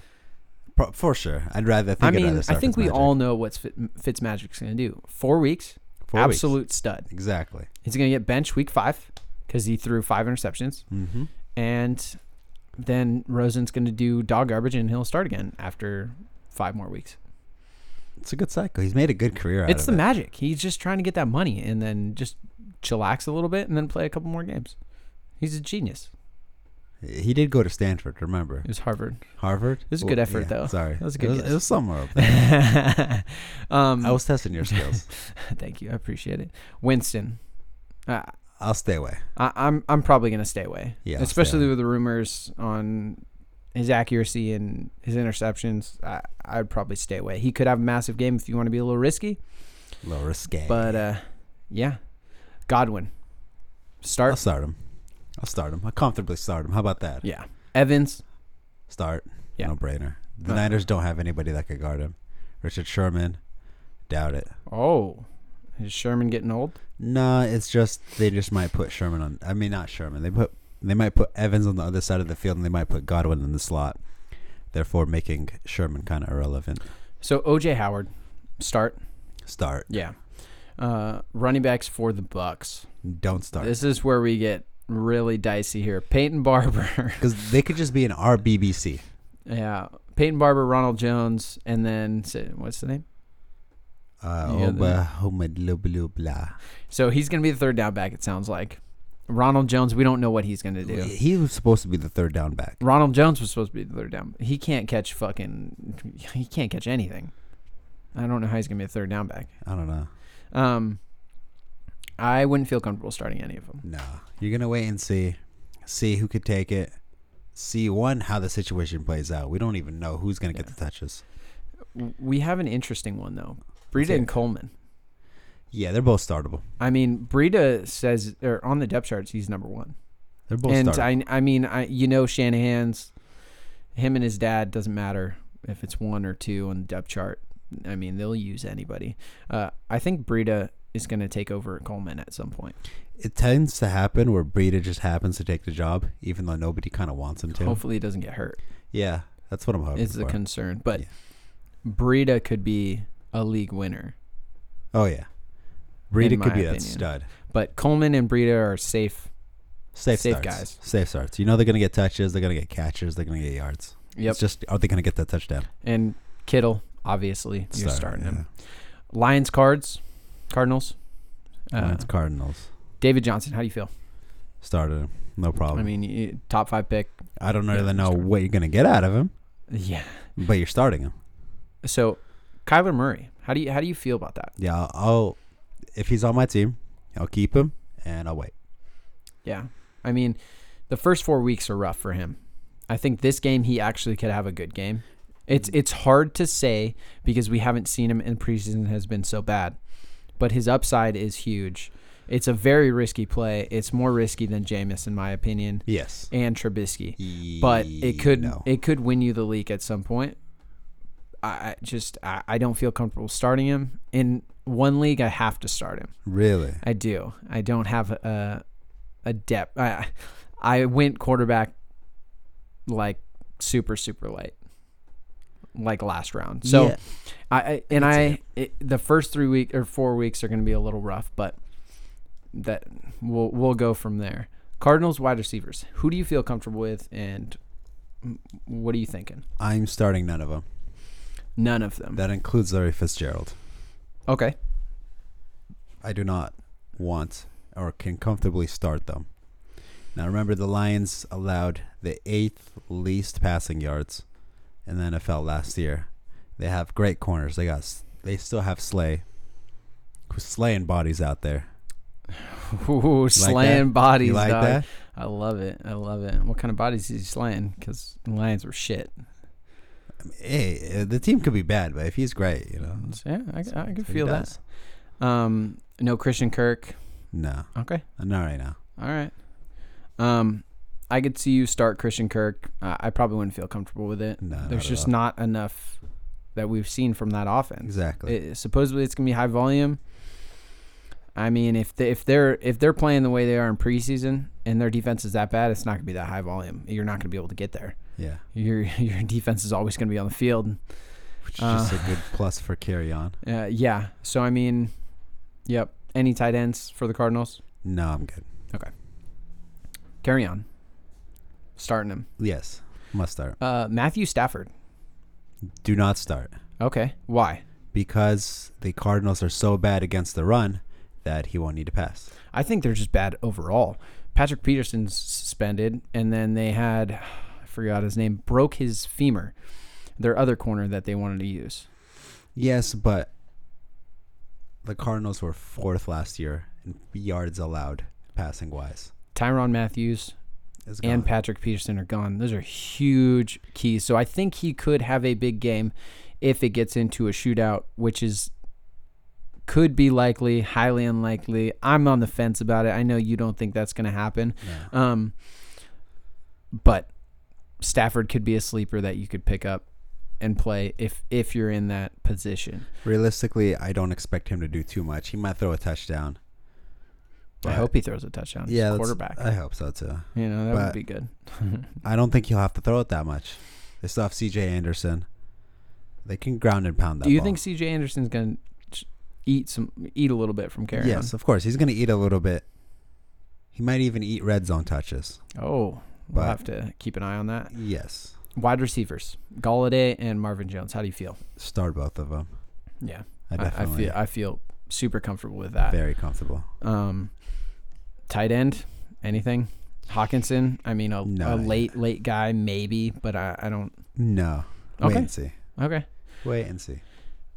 Speaker 2: Pro- for sure. I'd rather. Think
Speaker 3: I
Speaker 2: I'd
Speaker 3: mean,
Speaker 2: rather
Speaker 3: I
Speaker 2: start
Speaker 3: think we
Speaker 2: Fitzmagic.
Speaker 3: all know what Fit- Fitzmagic's going to do. Four weeks,
Speaker 2: Four weeks.
Speaker 3: absolute stud.
Speaker 2: Exactly.
Speaker 3: He's going to get benched week five because he threw five interceptions, mm-hmm. and then Rosen's going to do dog garbage and he'll start again after five more weeks.
Speaker 2: It's a good cycle. He's made a good career. out
Speaker 3: it's
Speaker 2: of
Speaker 3: the
Speaker 2: it.
Speaker 3: magic. He's just trying to get that money and then just chillax a little bit and then play a couple more games. He's a genius.
Speaker 2: He did go to Stanford. Remember
Speaker 3: It was Harvard.
Speaker 2: Harvard. It
Speaker 3: was a good effort, though.
Speaker 2: Sorry,
Speaker 3: That was a good
Speaker 2: It was,
Speaker 3: guess.
Speaker 2: it was somewhere up there.
Speaker 3: um,
Speaker 2: I was testing your skills.
Speaker 3: thank you. I appreciate it. Winston. Uh,
Speaker 2: I'll stay away.
Speaker 3: I, I'm I'm probably gonna stay away.
Speaker 2: Yeah, I'll stay
Speaker 3: Especially
Speaker 2: away.
Speaker 3: with the rumors on his accuracy and his interceptions, I I'd probably stay away. He could have a massive game if you want to be a little risky,
Speaker 2: A little risque.
Speaker 3: but uh, yeah, Godwin, start.
Speaker 2: I'll start him. I'll start him. I'll comfortably start him. How about that?
Speaker 3: yeah, Evans.
Speaker 2: Start.
Speaker 3: Yeah.
Speaker 2: No brainer. The Niners don't have anybody that could guard him. Richard Sherman. Doubt it.
Speaker 3: Oh, is Sherman getting old?
Speaker 2: Nah, it's just they just might put Sherman on. I mean, not Sherman. They put they might put Evans on the other side of the field, and they might put Godwin in the slot, therefore making Sherman kind of irrelevant.
Speaker 3: So OJ Howard, start.
Speaker 2: Start.
Speaker 3: Yeah, uh, running backs for the Bucks.
Speaker 2: Don't start
Speaker 3: This is where we get really dicey here. Peyton Barber.
Speaker 2: because they could just be an RBBC.
Speaker 3: Yeah, Peyton Barber, Ronald Jones, and then say- what's the name?
Speaker 2: Uh,
Speaker 3: Yeah,
Speaker 2: oh, blah, oh, my blah, blah, blah.
Speaker 3: So he's going to be the third down back. It sounds like Ronald Jones. We don't know what he's going to do.
Speaker 2: He was supposed to be the third down back.
Speaker 3: Ronald Jones was supposed to be the third down. He can't catch fucking. He can't catch anything. I don't know how he's going to be the third down back.
Speaker 2: I don't know.
Speaker 3: Um, I wouldn't feel comfortable starting any of them.
Speaker 2: No, you're gonna wait and see, see who could take it, see one how the situation plays out. We don't even know who's gonna get the touches.
Speaker 3: We have an interesting one though. Breida and Coleman.
Speaker 2: Yeah, they're both startable.
Speaker 3: I mean, Breida says or on the depth charts he's number one.
Speaker 2: They're both
Speaker 3: and
Speaker 2: startable.
Speaker 3: I, I mean, I you know Shanahan's, him and his dad doesn't matter if it's one or two on the depth chart. I mean, they'll use anybody. Uh, I think Breida is going to take over Coleman at some point.
Speaker 2: it tends to happen where Breida just happens to take the job, even though nobody kind of wants him to.
Speaker 3: Hopefully, he doesn't get hurt.
Speaker 2: Yeah, that's what I'm hoping
Speaker 3: Is
Speaker 2: for.
Speaker 3: the concern, but Breida could be a league winner.
Speaker 2: oh yeah, Breida
Speaker 3: In
Speaker 2: could
Speaker 3: my
Speaker 2: be that
Speaker 3: opinion.
Speaker 2: stud.
Speaker 3: But Coleman and Breida are safe.
Speaker 2: Safe,
Speaker 3: Safe
Speaker 2: starts.
Speaker 3: guys.
Speaker 2: Safe starts. You know they're gonna get touches. They're gonna get catches. They're gonna get yards.
Speaker 3: Yep.
Speaker 2: It's just are they gonna get that touchdown?
Speaker 3: And Kittle, obviously, you're
Speaker 2: Start,
Speaker 3: starting him.
Speaker 2: yeah.
Speaker 3: Lions, Cards, Cardinals. Uh,
Speaker 2: Lions, Cardinals.
Speaker 3: David Johnson, how do you feel?
Speaker 2: Started him. No problem.
Speaker 3: I
Speaker 2: I mean,
Speaker 3: mean, you- top five pick.
Speaker 2: I don't really
Speaker 3: yeah,
Speaker 2: know
Speaker 3: start.
Speaker 2: what you're gonna get out of him,
Speaker 3: Yeah.
Speaker 2: but you're starting him.
Speaker 3: So, Kyler Murray, how do you how do you feel about that?
Speaker 2: Yeah, I'll, I'll if he's on my team, I'll keep him and I'll wait.
Speaker 3: Yeah, I mean, the first four weeks are rough for him. I think this game he actually could have a good game. It's it's hard to say because we haven't seen him in preseason has been so bad, but his upside is huge. It's a very risky play. It's more risky than Jameis, in my opinion,
Speaker 2: Yes.
Speaker 3: and Trubisky. but it could
Speaker 2: No.
Speaker 3: it could win you the league at some point. I, I just I, I don't feel comfortable starting him in one league. I have to start him.
Speaker 2: really.
Speaker 3: I do. I don't have a a depth. I I went quarterback like super super late, like last round. So
Speaker 2: Yeah.
Speaker 3: I, I and I it, the first three week or four weeks are going to be a little rough, but that we'll we'll go from there. Cardinals wide receivers. Who do you feel comfortable with, and mm, what are you thinking?
Speaker 2: I'm starting none of them.
Speaker 3: None of them.
Speaker 2: That includes Larry Fitzgerald.
Speaker 3: okay.
Speaker 2: I do not want or can comfortably start them. Now remember the Lions allowed the eighth least passing yards in the NFL last year. They have great corners. They got s- they still have Slay. Who's slaying bodies out there.
Speaker 3: Ooh, slaying
Speaker 2: that?
Speaker 3: bodies.
Speaker 2: You like
Speaker 3: dog.
Speaker 2: that?
Speaker 3: I love it. I love it. What kind of bodies is he slaying? Because lions were shit.
Speaker 2: Hey, uh, the team could be bad, but if he's great, you know.
Speaker 3: So, yeah, I, I can
Speaker 2: he
Speaker 3: feel that.
Speaker 2: does.
Speaker 3: Um, no Christian Kirk.
Speaker 2: No.
Speaker 3: Okay,
Speaker 2: Not right now.
Speaker 3: all right. Um, I could see you start Christian Kirk. Uh, I probably wouldn't feel comfortable with it.
Speaker 2: No, not
Speaker 3: There's
Speaker 2: at
Speaker 3: just
Speaker 2: all.
Speaker 3: not enough that we've seen from that offense.
Speaker 2: Exactly.
Speaker 3: It, supposedly, it's gonna be high volume. I mean, if they, if they're if they're playing the way they are in preseason and their defense is that bad, it's not going to be that high volume. You're not going to be able to get there.
Speaker 2: Yeah,
Speaker 3: Your your defense is always going to be on the field.
Speaker 2: which is just a good plus for carry on.
Speaker 3: Uh, yeah. So I mean, yep. Any tight ends for the Cardinals?
Speaker 2: No, I'm good.
Speaker 3: Carry on. Starting him.
Speaker 2: Yes, must start.
Speaker 3: Uh, Matthew Stafford.
Speaker 2: Do not start
Speaker 3: Okay. Why?
Speaker 2: because the Cardinals are so bad against the run that he won't need to pass.
Speaker 3: I think they're just bad overall. Patrick Peterson's suspended, and then they had, I forgot his name, broke his femur, their other corner that they wanted to use.
Speaker 2: Yes, but the Cardinals were fourth last year in yards allowed passing wise.
Speaker 3: Tyron Matthews
Speaker 2: It's
Speaker 3: and
Speaker 2: gone.
Speaker 3: Patrick Peterson are gone. Those are huge keys. So I think he could have a big game if it gets into a shootout, which is could be likely, highly unlikely. I'm on the fence about it. I know you don't think that's going to happen. Um, but Stafford could be a sleeper that you could pick up and play if if you're in that position.
Speaker 2: realistically, I don't expect him to do too much. He might throw a touchdown.
Speaker 3: I hope he throws a touchdown. He's a
Speaker 2: that's-
Speaker 3: quarterback.
Speaker 2: I hope so too.
Speaker 3: you know that would
Speaker 2: but-
Speaker 3: be good.
Speaker 2: I don't think he'll have to throw it that much. They still have C.J. Anderson. They can ground and pound that.
Speaker 3: Do you
Speaker 2: ball.
Speaker 3: think C.J. Anderson's going to eat some eat a little bit from carry?
Speaker 2: Yes, of course. He's going to eat a little bit. He might even eat red zone touches.
Speaker 3: Oh,
Speaker 2: But-
Speaker 3: we'll have to keep an eye on that.
Speaker 2: Yes,
Speaker 3: Wide receivers, Galladay and Marvin Jones. How do you feel?
Speaker 2: start both of them.
Speaker 3: Yeah,
Speaker 2: I
Speaker 3: I,
Speaker 2: definitely
Speaker 3: feel I feel super comfortable with that.
Speaker 2: very comfortable.
Speaker 3: Um, tight end, anything? Hawkinson. I mean, a,
Speaker 2: No,
Speaker 3: a
Speaker 2: yeah.
Speaker 3: late late guy maybe, but I, I don't.
Speaker 2: No, wait
Speaker 3: Okay.
Speaker 2: and see.
Speaker 3: Okay.
Speaker 2: Wait and see.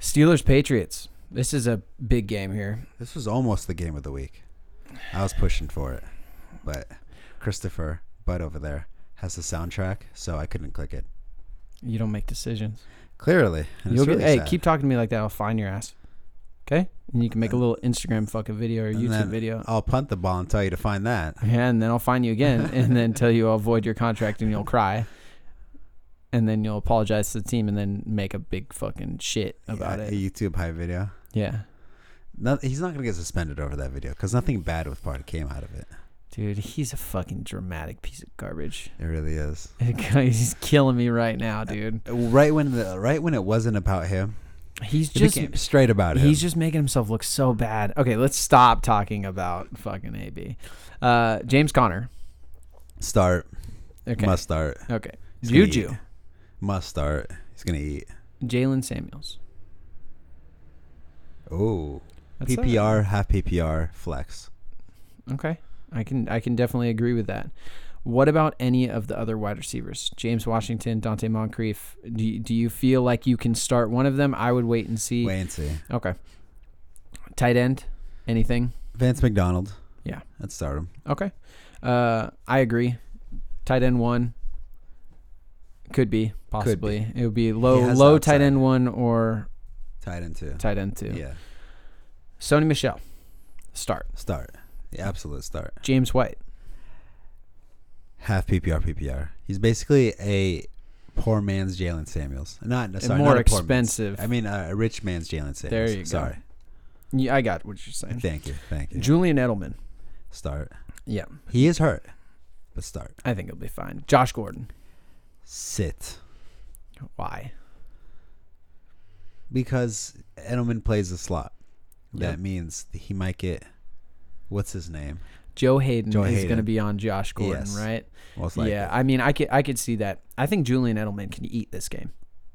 Speaker 3: Steelers Patriots. This is a big game here.
Speaker 2: This was almost the game of the week. I was pushing for it, but Christopher Bud over there has the soundtrack, so I couldn't click it.
Speaker 3: You don't make decisions.
Speaker 2: Clearly, and it's
Speaker 3: You'll get,
Speaker 2: really
Speaker 3: hey,
Speaker 2: sad.
Speaker 3: keep talking to me like that. I'll find your ass. Okay, and you can make a little Instagram fucking video or
Speaker 2: And
Speaker 3: YouTube
Speaker 2: then
Speaker 3: video.
Speaker 2: I'll punt the ball and tell you to find that.
Speaker 3: Yeah, and then I'll find you again, and then tell you I'll void your contract, and you'll cry, and then you'll apologize to the team, and then make a big fucking shit about
Speaker 2: Yeah,
Speaker 3: it.
Speaker 2: A YouTube high video.
Speaker 3: yeah,
Speaker 2: No, he's not gonna get suspended over that video because nothing bad with part came out of it.
Speaker 3: dude, he's a fucking dramatic piece of garbage.
Speaker 2: It really is.
Speaker 3: he's killing me right now, dude.
Speaker 2: Right when the right when it wasn't about him,
Speaker 3: He's
Speaker 2: it
Speaker 3: just
Speaker 2: became straight about him.
Speaker 3: he's just making himself look so bad. Okay, let's stop talking about fucking AB. Uh, James Conner.
Speaker 2: start
Speaker 3: Okay.
Speaker 2: must start
Speaker 3: Okay.
Speaker 2: He's gonna
Speaker 3: Juju.
Speaker 2: eat. must start. He's gonna eat.
Speaker 3: Jalen Samuels.
Speaker 2: Oh,
Speaker 3: That's a-
Speaker 2: PPR half PPR flex.
Speaker 3: Okay. I can I can definitely agree with that. What about any of the other wide receivers? James Washington, Dante Moncrief. Do you, do you feel like you can start one of them? I would wait and see.
Speaker 2: Wait and see.
Speaker 3: Okay. Tight end, anything?
Speaker 2: Vance McDonald.
Speaker 3: Yeah.
Speaker 2: Let's start him.
Speaker 3: Okay. Uh, I agree. Tight end one could be possibly. It would be
Speaker 2: He
Speaker 3: low
Speaker 2: has
Speaker 3: low
Speaker 2: outside.
Speaker 3: tight end one or
Speaker 2: Tight end two.
Speaker 3: tight end two.
Speaker 2: Yeah.
Speaker 3: Sony Michelle, start.
Speaker 2: Start. The absolute start.
Speaker 3: James White.
Speaker 2: Half PPR PPR. He's basically a poor man's Jalen Samuels. Not sorry,
Speaker 3: more
Speaker 2: not a poor man's.
Speaker 3: expensive.
Speaker 2: I mean, uh, a rich man's Jalen Samuels.
Speaker 3: There you go.
Speaker 2: Sorry.
Speaker 3: Yeah, I got what you're saying.
Speaker 2: Thank you. Thank you.
Speaker 3: Julian Edelman.
Speaker 2: Start.
Speaker 3: Yeah,
Speaker 2: He is hurt, but start.
Speaker 3: I think it'll be fine. Josh Gordon.
Speaker 2: Sit.
Speaker 3: Why?
Speaker 2: Because Edelman plays the slot. That means he might get. What's his name?
Speaker 3: Joe Hayden
Speaker 2: Joe
Speaker 3: is
Speaker 2: Hayden.
Speaker 3: going to be on Josh Gordon,
Speaker 2: Yes.
Speaker 3: right?
Speaker 2: Most likely.
Speaker 3: Yeah, I mean, I could I could see that. I think Julian Edelman can eat this game.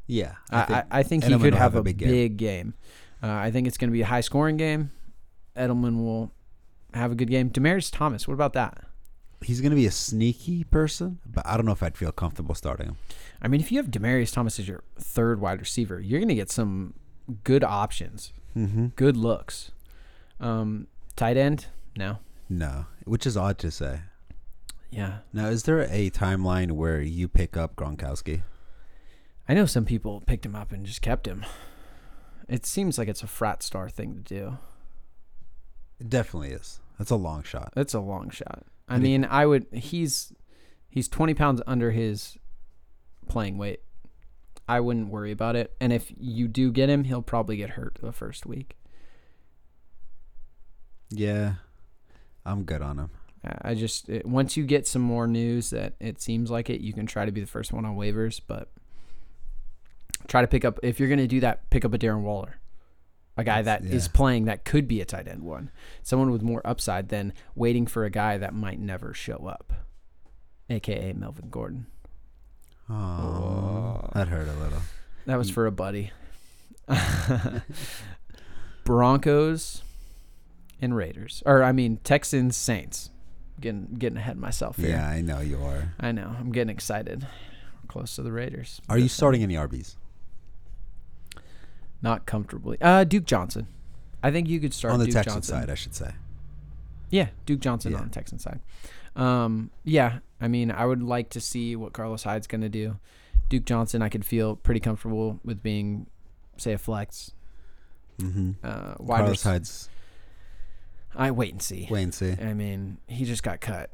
Speaker 2: Yeah.
Speaker 3: I think, I, I think he
Speaker 2: Edelman
Speaker 3: could
Speaker 2: will
Speaker 3: have, a big,
Speaker 2: game.
Speaker 3: game. Uh, I think it's going to be a high scoring game. Edelman will have a good game. Demarius Thomas. What about that?
Speaker 2: He's going to be a sneaky person, but I don't know if I'd feel comfortable starting him.
Speaker 3: I mean, if you have Demarius Thomas as your third wide receiver, you're going to get some good options,
Speaker 2: Mm-hmm.
Speaker 3: good looks. Um, tight end, no.
Speaker 2: No, which is odd to say.
Speaker 3: Yeah,
Speaker 2: Now, is there a timeline where you pick up Gronkowski?
Speaker 3: I know some people picked him up and just kept him. It seems like it's a frat star thing to do.
Speaker 2: It definitely is. That's a long shot.
Speaker 3: That's a long shot. I mean, I would. He's he's twenty pounds under his playing weight. I wouldn't worry about it. And if you do get him, he'll probably get hurt the first week.
Speaker 2: Yeah, I'm good on him.
Speaker 3: I I just it, once you get some more news that it seems like it, you can try to be the first one on waivers, but try to pick up if you're going to do that, pick up a Darren Waller, a guy that is
Speaker 2: yeah.
Speaker 3: playing that could be a tight end one, someone with more upside than waiting for a guy that might never show up, aka Melvin Gordon.
Speaker 2: Oh, that hurt a little.
Speaker 3: That was for a buddy. Broncos and Raiders, or I mean Texans Saints. Getting getting ahead of myself here.
Speaker 2: Yeah, I know you are.
Speaker 3: I know. I'm getting excited. We're close to the Raiders.
Speaker 2: Are you starting any RBs?
Speaker 3: Not comfortably. Uh, Duke Johnson. I think you could start
Speaker 2: On the
Speaker 3: Duke
Speaker 2: Texan
Speaker 3: Johnson.
Speaker 2: side, I should say.
Speaker 3: Yeah, Duke Johnson
Speaker 2: Yeah.
Speaker 3: on the Texan side. Um, yeah, I mean, I would like to see what Carlos Hyde's going to do. Duke Johnson, I could feel pretty comfortable with being, say, a flex.
Speaker 2: Mm-hmm.
Speaker 3: Uh, wide
Speaker 2: Carlos
Speaker 3: rec-
Speaker 2: Hyde's
Speaker 3: I wait and see.
Speaker 2: wait and see.
Speaker 3: I mean, he just got cut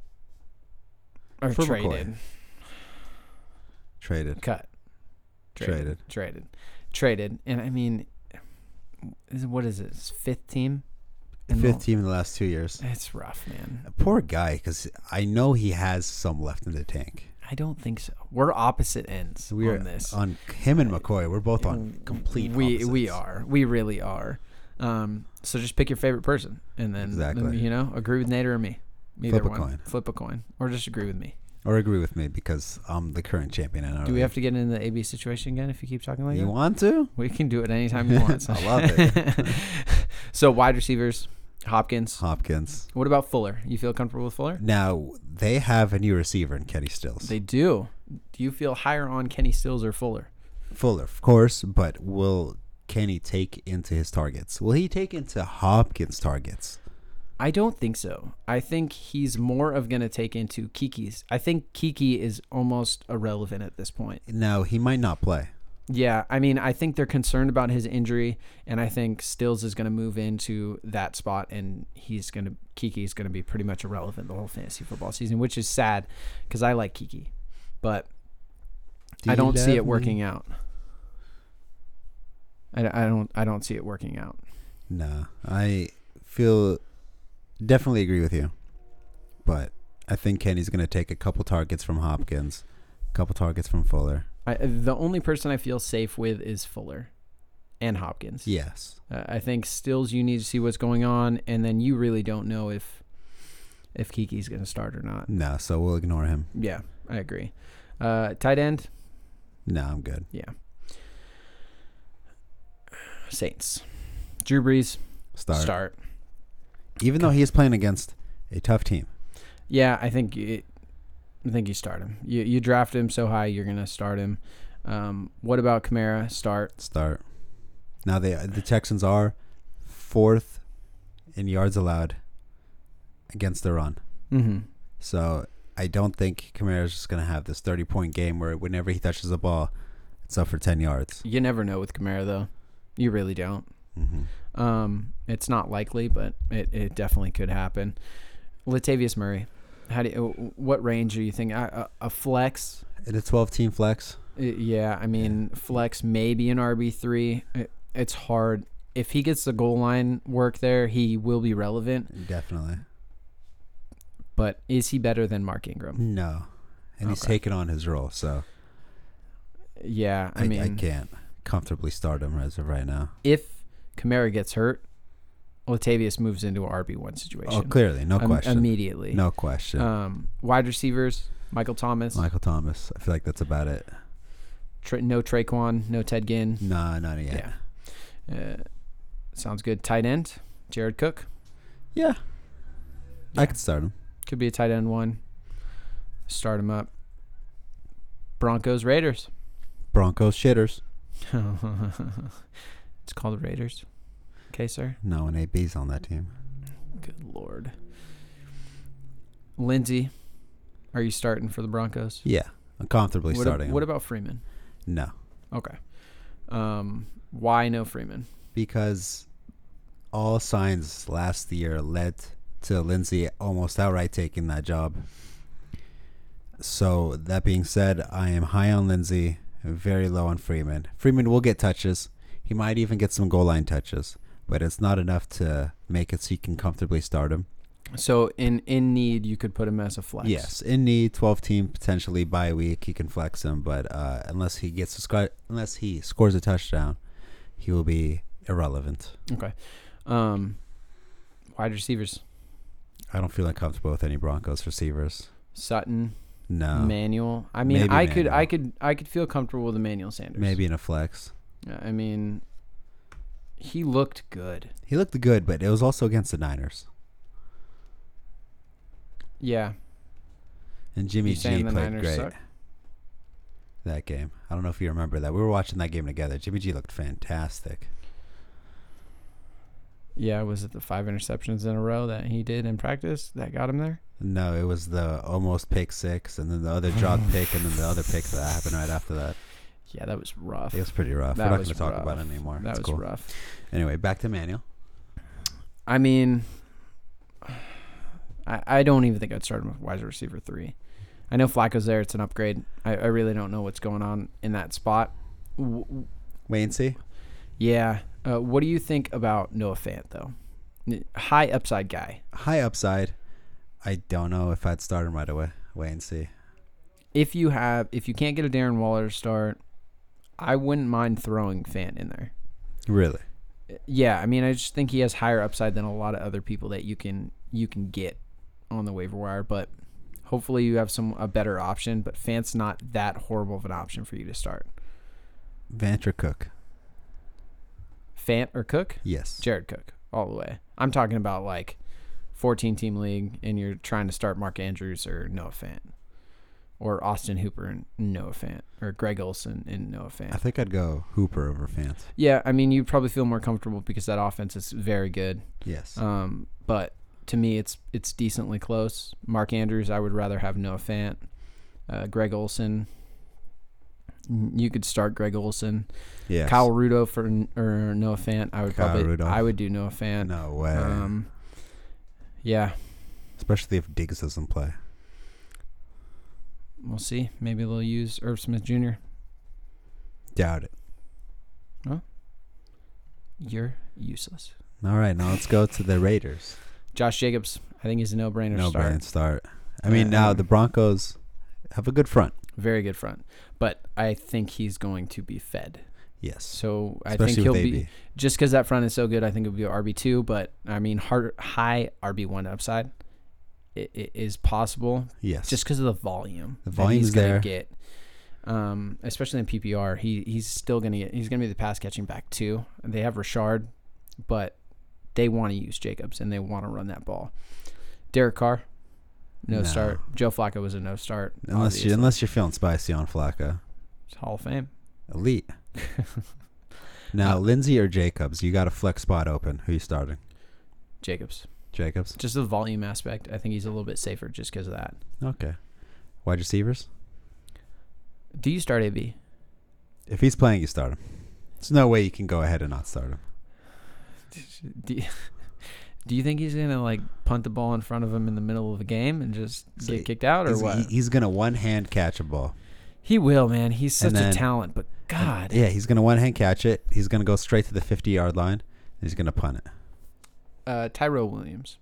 Speaker 3: or
Speaker 2: For McCoy.
Speaker 3: traded.
Speaker 2: Traded.
Speaker 3: Cut.
Speaker 2: Traded.
Speaker 3: Traded. Traded. And I mean, is, what is it? His fifth team? In the-
Speaker 2: Fifth team in the last two years.
Speaker 3: It's rough, man.
Speaker 2: Poor guy, because I know he has some left in the tank.
Speaker 3: I don't think so. We're opposite ends
Speaker 2: We are
Speaker 3: on this.
Speaker 2: on him and McCoy. We're both on complete.
Speaker 3: we we
Speaker 2: opposites.
Speaker 3: are. We really are. Um, so just pick your favorite person, and then
Speaker 2: Exactly.
Speaker 3: you know, agree with Nader or me. Either
Speaker 2: Flip a
Speaker 3: one.
Speaker 2: coin.
Speaker 3: Flip a coin, or just agree with me.
Speaker 2: Or agree with me because I'm the current champion. And I
Speaker 3: Do we have to get into the AB situation again if you keep talking like
Speaker 2: You
Speaker 3: that?
Speaker 2: want to?
Speaker 3: we can do it anytime you want.
Speaker 2: I love it.
Speaker 3: so wide receivers, Hopkins.
Speaker 2: Hopkins.
Speaker 3: What about Fuller? You feel comfortable with Fuller?
Speaker 2: Now they have a new receiver in Kenny Stills.
Speaker 3: They do. Do you feel higher on Kenny Stills or Fuller?
Speaker 2: Fuller, of course, but will Kenny take into his targets? Will he take into Hopkins' targets?
Speaker 3: I don't think so. I think he's more of going to take into Kiki's. I think Kiki is almost irrelevant at this point.
Speaker 2: Now he might not play.
Speaker 3: Yeah, I mean, I think they're concerned about his injury, and I think Stills is going to move into that spot, and he's going to Kiki's going to be pretty much irrelevant the whole fantasy football season, which is sad because I like Kiki, but
Speaker 2: Do
Speaker 3: I
Speaker 2: you
Speaker 3: don't see
Speaker 2: love
Speaker 3: it
Speaker 2: me?
Speaker 3: working out. I, I don't. I don't see it working out.
Speaker 2: No, I feel definitely agree with you, but I think Kenny's going to take a couple targets from Hopkins, a couple targets from Fuller.
Speaker 3: I, the only person I feel safe with is Fuller and Hopkins.
Speaker 2: Yes,
Speaker 3: Uh, I think Stills, you need to see what's going on, and then you really don't know if if Kiki's going to start or not.
Speaker 2: no, so we'll ignore him.
Speaker 3: Yeah, I agree. Uh, tight end,
Speaker 2: No, I'm good.
Speaker 3: yeah. Saints, Drew Brees
Speaker 2: Start.
Speaker 3: start.
Speaker 2: Even though he is playing against a tough team,
Speaker 3: Yeah, I think you, I think you start him. You you draft him so high, you're going to start him. Um, what about Kamara? Start.
Speaker 2: start. Now they the Texans are fourth in yards allowed against the run.
Speaker 3: Mm-hmm.
Speaker 2: So I don't think Kamara's just going to have this 30 point game where whenever he touches the ball, it's up for 10 yards.
Speaker 3: You never know with Kamara though. You really don't.
Speaker 2: Mm-hmm.
Speaker 3: Um, it's not likely, but it, it definitely could happen. Latavius Murray, how do you, what range are you thinking? A, a, a flex?
Speaker 2: In a 12 team flex,
Speaker 3: Uh, Yeah, I mean flex maybe an RB three. It's hard. If he gets the goal line work there, he will be relevant.
Speaker 2: definitely.
Speaker 3: But is he better than Mark Ingram?
Speaker 2: No. And he's taken on his role. So
Speaker 3: Yeah, I,
Speaker 2: I, I,
Speaker 3: mean,
Speaker 2: can't comfortably start him as of right now.
Speaker 3: if Kamara gets hurt, Latavius moves into an RB one situation.
Speaker 2: Oh, clearly. No
Speaker 3: Im-
Speaker 2: question.
Speaker 3: Immediately.
Speaker 2: No question.
Speaker 3: Um, wide receivers, Michael Thomas.
Speaker 2: Michael Thomas. I feel like that's about it.
Speaker 3: Tra- no Traquan, no Ted Ginn.
Speaker 2: Nah, not yet. Yeah.
Speaker 3: Yeah. Uh, sounds good. Tight end, Jared Cook
Speaker 2: I could start him.
Speaker 3: could be a tight end one. Start him up. Broncos Raiders.
Speaker 2: Broncos shitters.
Speaker 3: it's called the Raiders. Okay, sir.
Speaker 2: No, and AB's on that
Speaker 3: Mm-hmm.
Speaker 2: team.
Speaker 3: Good lord. Lindsey, are you starting for the Broncos?
Speaker 2: Yeah. I'm comfortably
Speaker 3: What, ab-
Speaker 2: starting
Speaker 3: what
Speaker 2: him.
Speaker 3: about Freeman?
Speaker 2: No.
Speaker 3: Okay. Um, why no Freeman?
Speaker 2: because all signs last year led to Lindsay almost outright taking that job. So that being said, I am high on Lindsay, very low on Freeman. Freeman will get touches. He might even get some goal line touches, but it's not enough to make it so you can comfortably start him.
Speaker 3: So in in need, you could put him as a flex.
Speaker 2: Yes, in need, twelve team potentially bye week. You can flex him, but uh, unless he gets a sc- unless he scores a touchdown, he will be irrelevant.
Speaker 3: Okay. Um, wide receivers:
Speaker 2: I don't feel uncomfortable with any Broncos receivers.
Speaker 3: Sutton,
Speaker 2: No,
Speaker 3: Manuel. I mean,
Speaker 2: Oh. maybe
Speaker 3: I could,
Speaker 2: Manuel.
Speaker 3: I could, I could feel comfortable with Emmanuel Sanders.
Speaker 2: maybe in a flex.
Speaker 3: I mean, he looked good.
Speaker 2: He looked good, but it was also against the Niners,
Speaker 3: Yeah.
Speaker 2: and Jimmy
Speaker 3: You
Speaker 2: G
Speaker 3: saying the
Speaker 2: played
Speaker 3: Niners
Speaker 2: great
Speaker 3: suck?
Speaker 2: that game. I don't know if you remember that. We were watching that game together. Jimmy G looked fantastic.
Speaker 3: Yeah. Was it the five interceptions in a row that he did in practice that got him there?
Speaker 2: No, it was the almost pick six, and then the other drop pick, and then the other pick that happened right after that.
Speaker 3: Yeah, that was rough.
Speaker 2: It was pretty rough.
Speaker 3: That
Speaker 2: We're not
Speaker 3: was
Speaker 2: going to talk
Speaker 3: rough.
Speaker 2: about it anymore.
Speaker 3: that
Speaker 2: It's
Speaker 3: was
Speaker 2: cool.
Speaker 3: rough.
Speaker 2: Anyway, back to Manuel.
Speaker 3: I mean, I, I don't even think I'd start him with wide receiver three. I know Flacco's there; it's an upgrade. I, I really don't know what's going on in that spot. W-
Speaker 2: Wait and see.
Speaker 3: yeah. Uh, what do you think about Noah Fant though? N- High upside guy.
Speaker 2: High upside. I don't know if I'd start him right away. Wait and see.
Speaker 3: If you have, if you can't get a Darren Waller start, I wouldn't mind throwing Fant in there.
Speaker 2: Really?
Speaker 3: Yeah, I mean, I just think he has higher upside than a lot of other people that you can you can get on the waiver wire. But hopefully, you have some a better option. But Fant's not that horrible of an option for you to start.
Speaker 2: Vantra Cook.
Speaker 3: Fant or Cook,
Speaker 2: Yes.
Speaker 3: Jared Cook, all the way. I'm talking about like 14 team league, and you're trying to start Mark Andrews or Noah Fant, or Austin Hooper and Noah Fant, or Greg Olson and Noah
Speaker 2: I
Speaker 3: Fant.
Speaker 2: think I'd go Hooper over Fant.
Speaker 3: Yeah, I mean, you'd probably feel more comfortable because that offense is very good.
Speaker 2: Yes.
Speaker 3: Um, but to me, it's it's decently close. Mark Andrews, I would rather have Noah Fant. Uh, Greg Olson, you could start Greg Olson.
Speaker 2: yes.
Speaker 3: Kyle Rudolph for, or Noah Fant, I would
Speaker 2: Kyle
Speaker 3: probably
Speaker 2: Rudolph.
Speaker 3: I would do Noah Fant.
Speaker 2: No way.
Speaker 3: Um, yeah,
Speaker 2: Especially if Diggs doesn't play.
Speaker 3: we'll see. Maybe they'll use Irv Smith Jr.
Speaker 2: Doubt it.
Speaker 3: You're useless.
Speaker 2: All right, now let's go to the Raiders.
Speaker 3: Josh Jacobs, I think he's a no-brainer
Speaker 2: No
Speaker 3: start.
Speaker 2: brand start. I mean,
Speaker 3: Uh,
Speaker 2: now
Speaker 3: um,
Speaker 2: the Broncos have a good front.
Speaker 3: Very good front, but I think he's going to be fed.
Speaker 2: Yes.
Speaker 3: So I
Speaker 2: Especially
Speaker 3: think he'll
Speaker 2: with
Speaker 3: be
Speaker 2: AB.
Speaker 3: just because that front is so good. I think it'll be RB two, but I mean, hard, high RB one upside i- i- is possible
Speaker 2: yes.
Speaker 3: just because of the volume.
Speaker 2: The
Speaker 3: that
Speaker 2: volume's
Speaker 3: he's gonna
Speaker 2: there.
Speaker 3: Get, um, especially in PPR, he he's still gonna get. He's gonna be the pass catching back too. They have Richard, but they want to use Jacobs and they want to run that ball. Derek Carr, no,
Speaker 2: No.
Speaker 3: start. Joe Flacco was a no start.
Speaker 2: unless you
Speaker 3: obviously.
Speaker 2: unless you're feeling spicy on Flacco.
Speaker 3: Hall of Fame.
Speaker 2: Elite.
Speaker 3: Uh,
Speaker 2: now, Lindsey or Jacobs, you got a flex spot open. Who you starting?
Speaker 3: Jacobs.
Speaker 2: Jacobs.
Speaker 3: Just the volume aspect. I think he's a little bit safer just because of that.
Speaker 2: Okay. Wide receivers?
Speaker 3: Do you start AB?
Speaker 2: If he's playing, you start him. There's no way you can go ahead and not start him.
Speaker 3: Do you, do you think he's gonna like punt the ball in front of him in the middle of the game and just
Speaker 2: So
Speaker 3: get kicked out or
Speaker 2: he's,
Speaker 3: what?
Speaker 2: he-
Speaker 3: He,
Speaker 2: he's gonna one hand catch a ball.
Speaker 3: will, man. He's such
Speaker 2: And then-
Speaker 3: a talent, but God,
Speaker 2: Yeah, he's gonna one hand catch it. He's gonna go straight to the 50 yard line. And he's gonna punt it.
Speaker 3: uh, Tyrell Williams.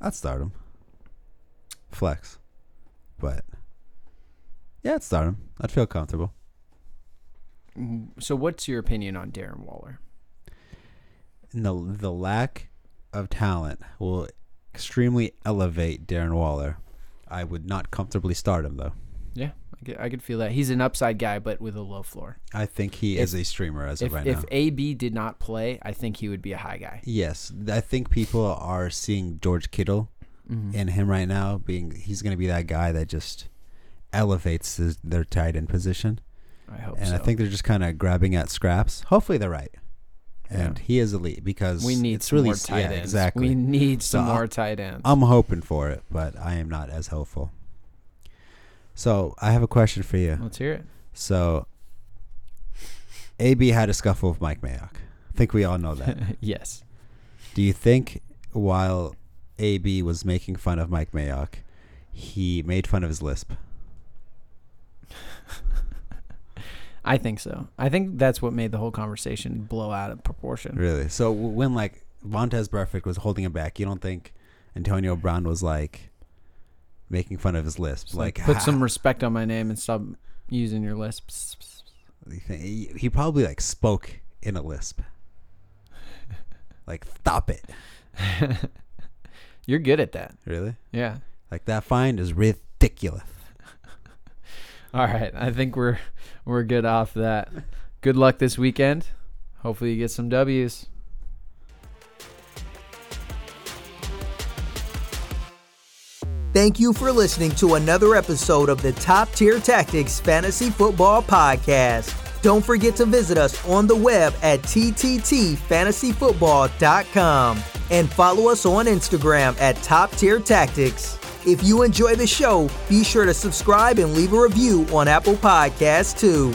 Speaker 2: I'd start him. Flex, but yeah, I'd start him. I'd feel comfortable.
Speaker 3: So, what's your opinion on Darren Waller?
Speaker 2: And the the lack of talent will extremely elevate Darren Waller. I would not comfortably start him though.
Speaker 3: Yeah, I could, I could feel that he's an upside guy, but with a low floor.
Speaker 2: I think he is a streamer as
Speaker 3: If
Speaker 2: of right
Speaker 3: if
Speaker 2: now.
Speaker 3: AB did not play, I think he would be a high guy.
Speaker 2: Yes, th- I think people are seeing George Kittle
Speaker 3: Mm-hmm.
Speaker 2: in him right now. Being he's going to be that guy that just elevates his, their tight end position,
Speaker 3: I hope
Speaker 2: and
Speaker 3: so.
Speaker 2: I think they're just kind of grabbing at scraps. Hopefully, they're right. And he is elite because
Speaker 3: we need
Speaker 2: it's
Speaker 3: some
Speaker 2: really
Speaker 3: more
Speaker 2: s-
Speaker 3: tight
Speaker 2: yeah,
Speaker 3: ends.
Speaker 2: Exactly.
Speaker 3: We need some
Speaker 2: So,
Speaker 3: more tight ends.
Speaker 2: I'm hoping for it, but I am not as hopeful. So I have a question for you.
Speaker 3: Let's hear it.
Speaker 2: So AB had a scuffle with Mike Mayock. I think we all know that.
Speaker 3: Yes.
Speaker 2: Do you think while AB was making fun of Mike Mayock, he made fun of his lisp?
Speaker 3: I think so. I think that's what made the whole conversation blow out of proportion.
Speaker 2: Really? So w- when like Montez Perfect was holding him back. You don't think Antonio Brown was like making fun of his lisp? like,
Speaker 3: Put
Speaker 2: "Ha."
Speaker 3: some respect on my name and stop using your lisps.
Speaker 2: he he probably like spoke in a lisp. like, stop it.
Speaker 3: You're good at that.
Speaker 2: Really?
Speaker 3: Yeah.
Speaker 2: Like that find is ridiculous.
Speaker 3: All right. I think we're we're good off that. Good luck this weekend. Hopefully you get some W's.
Speaker 1: Thank you for listening to another episode of the Top Tier Tactics Fantasy Football Podcast. Don't forget to visit us on the web at tttfantasyfootball.com and follow us on Instagram at Top Tier Tactics. If you enjoy the show, be sure to subscribe and leave a review on Apple Podcasts too.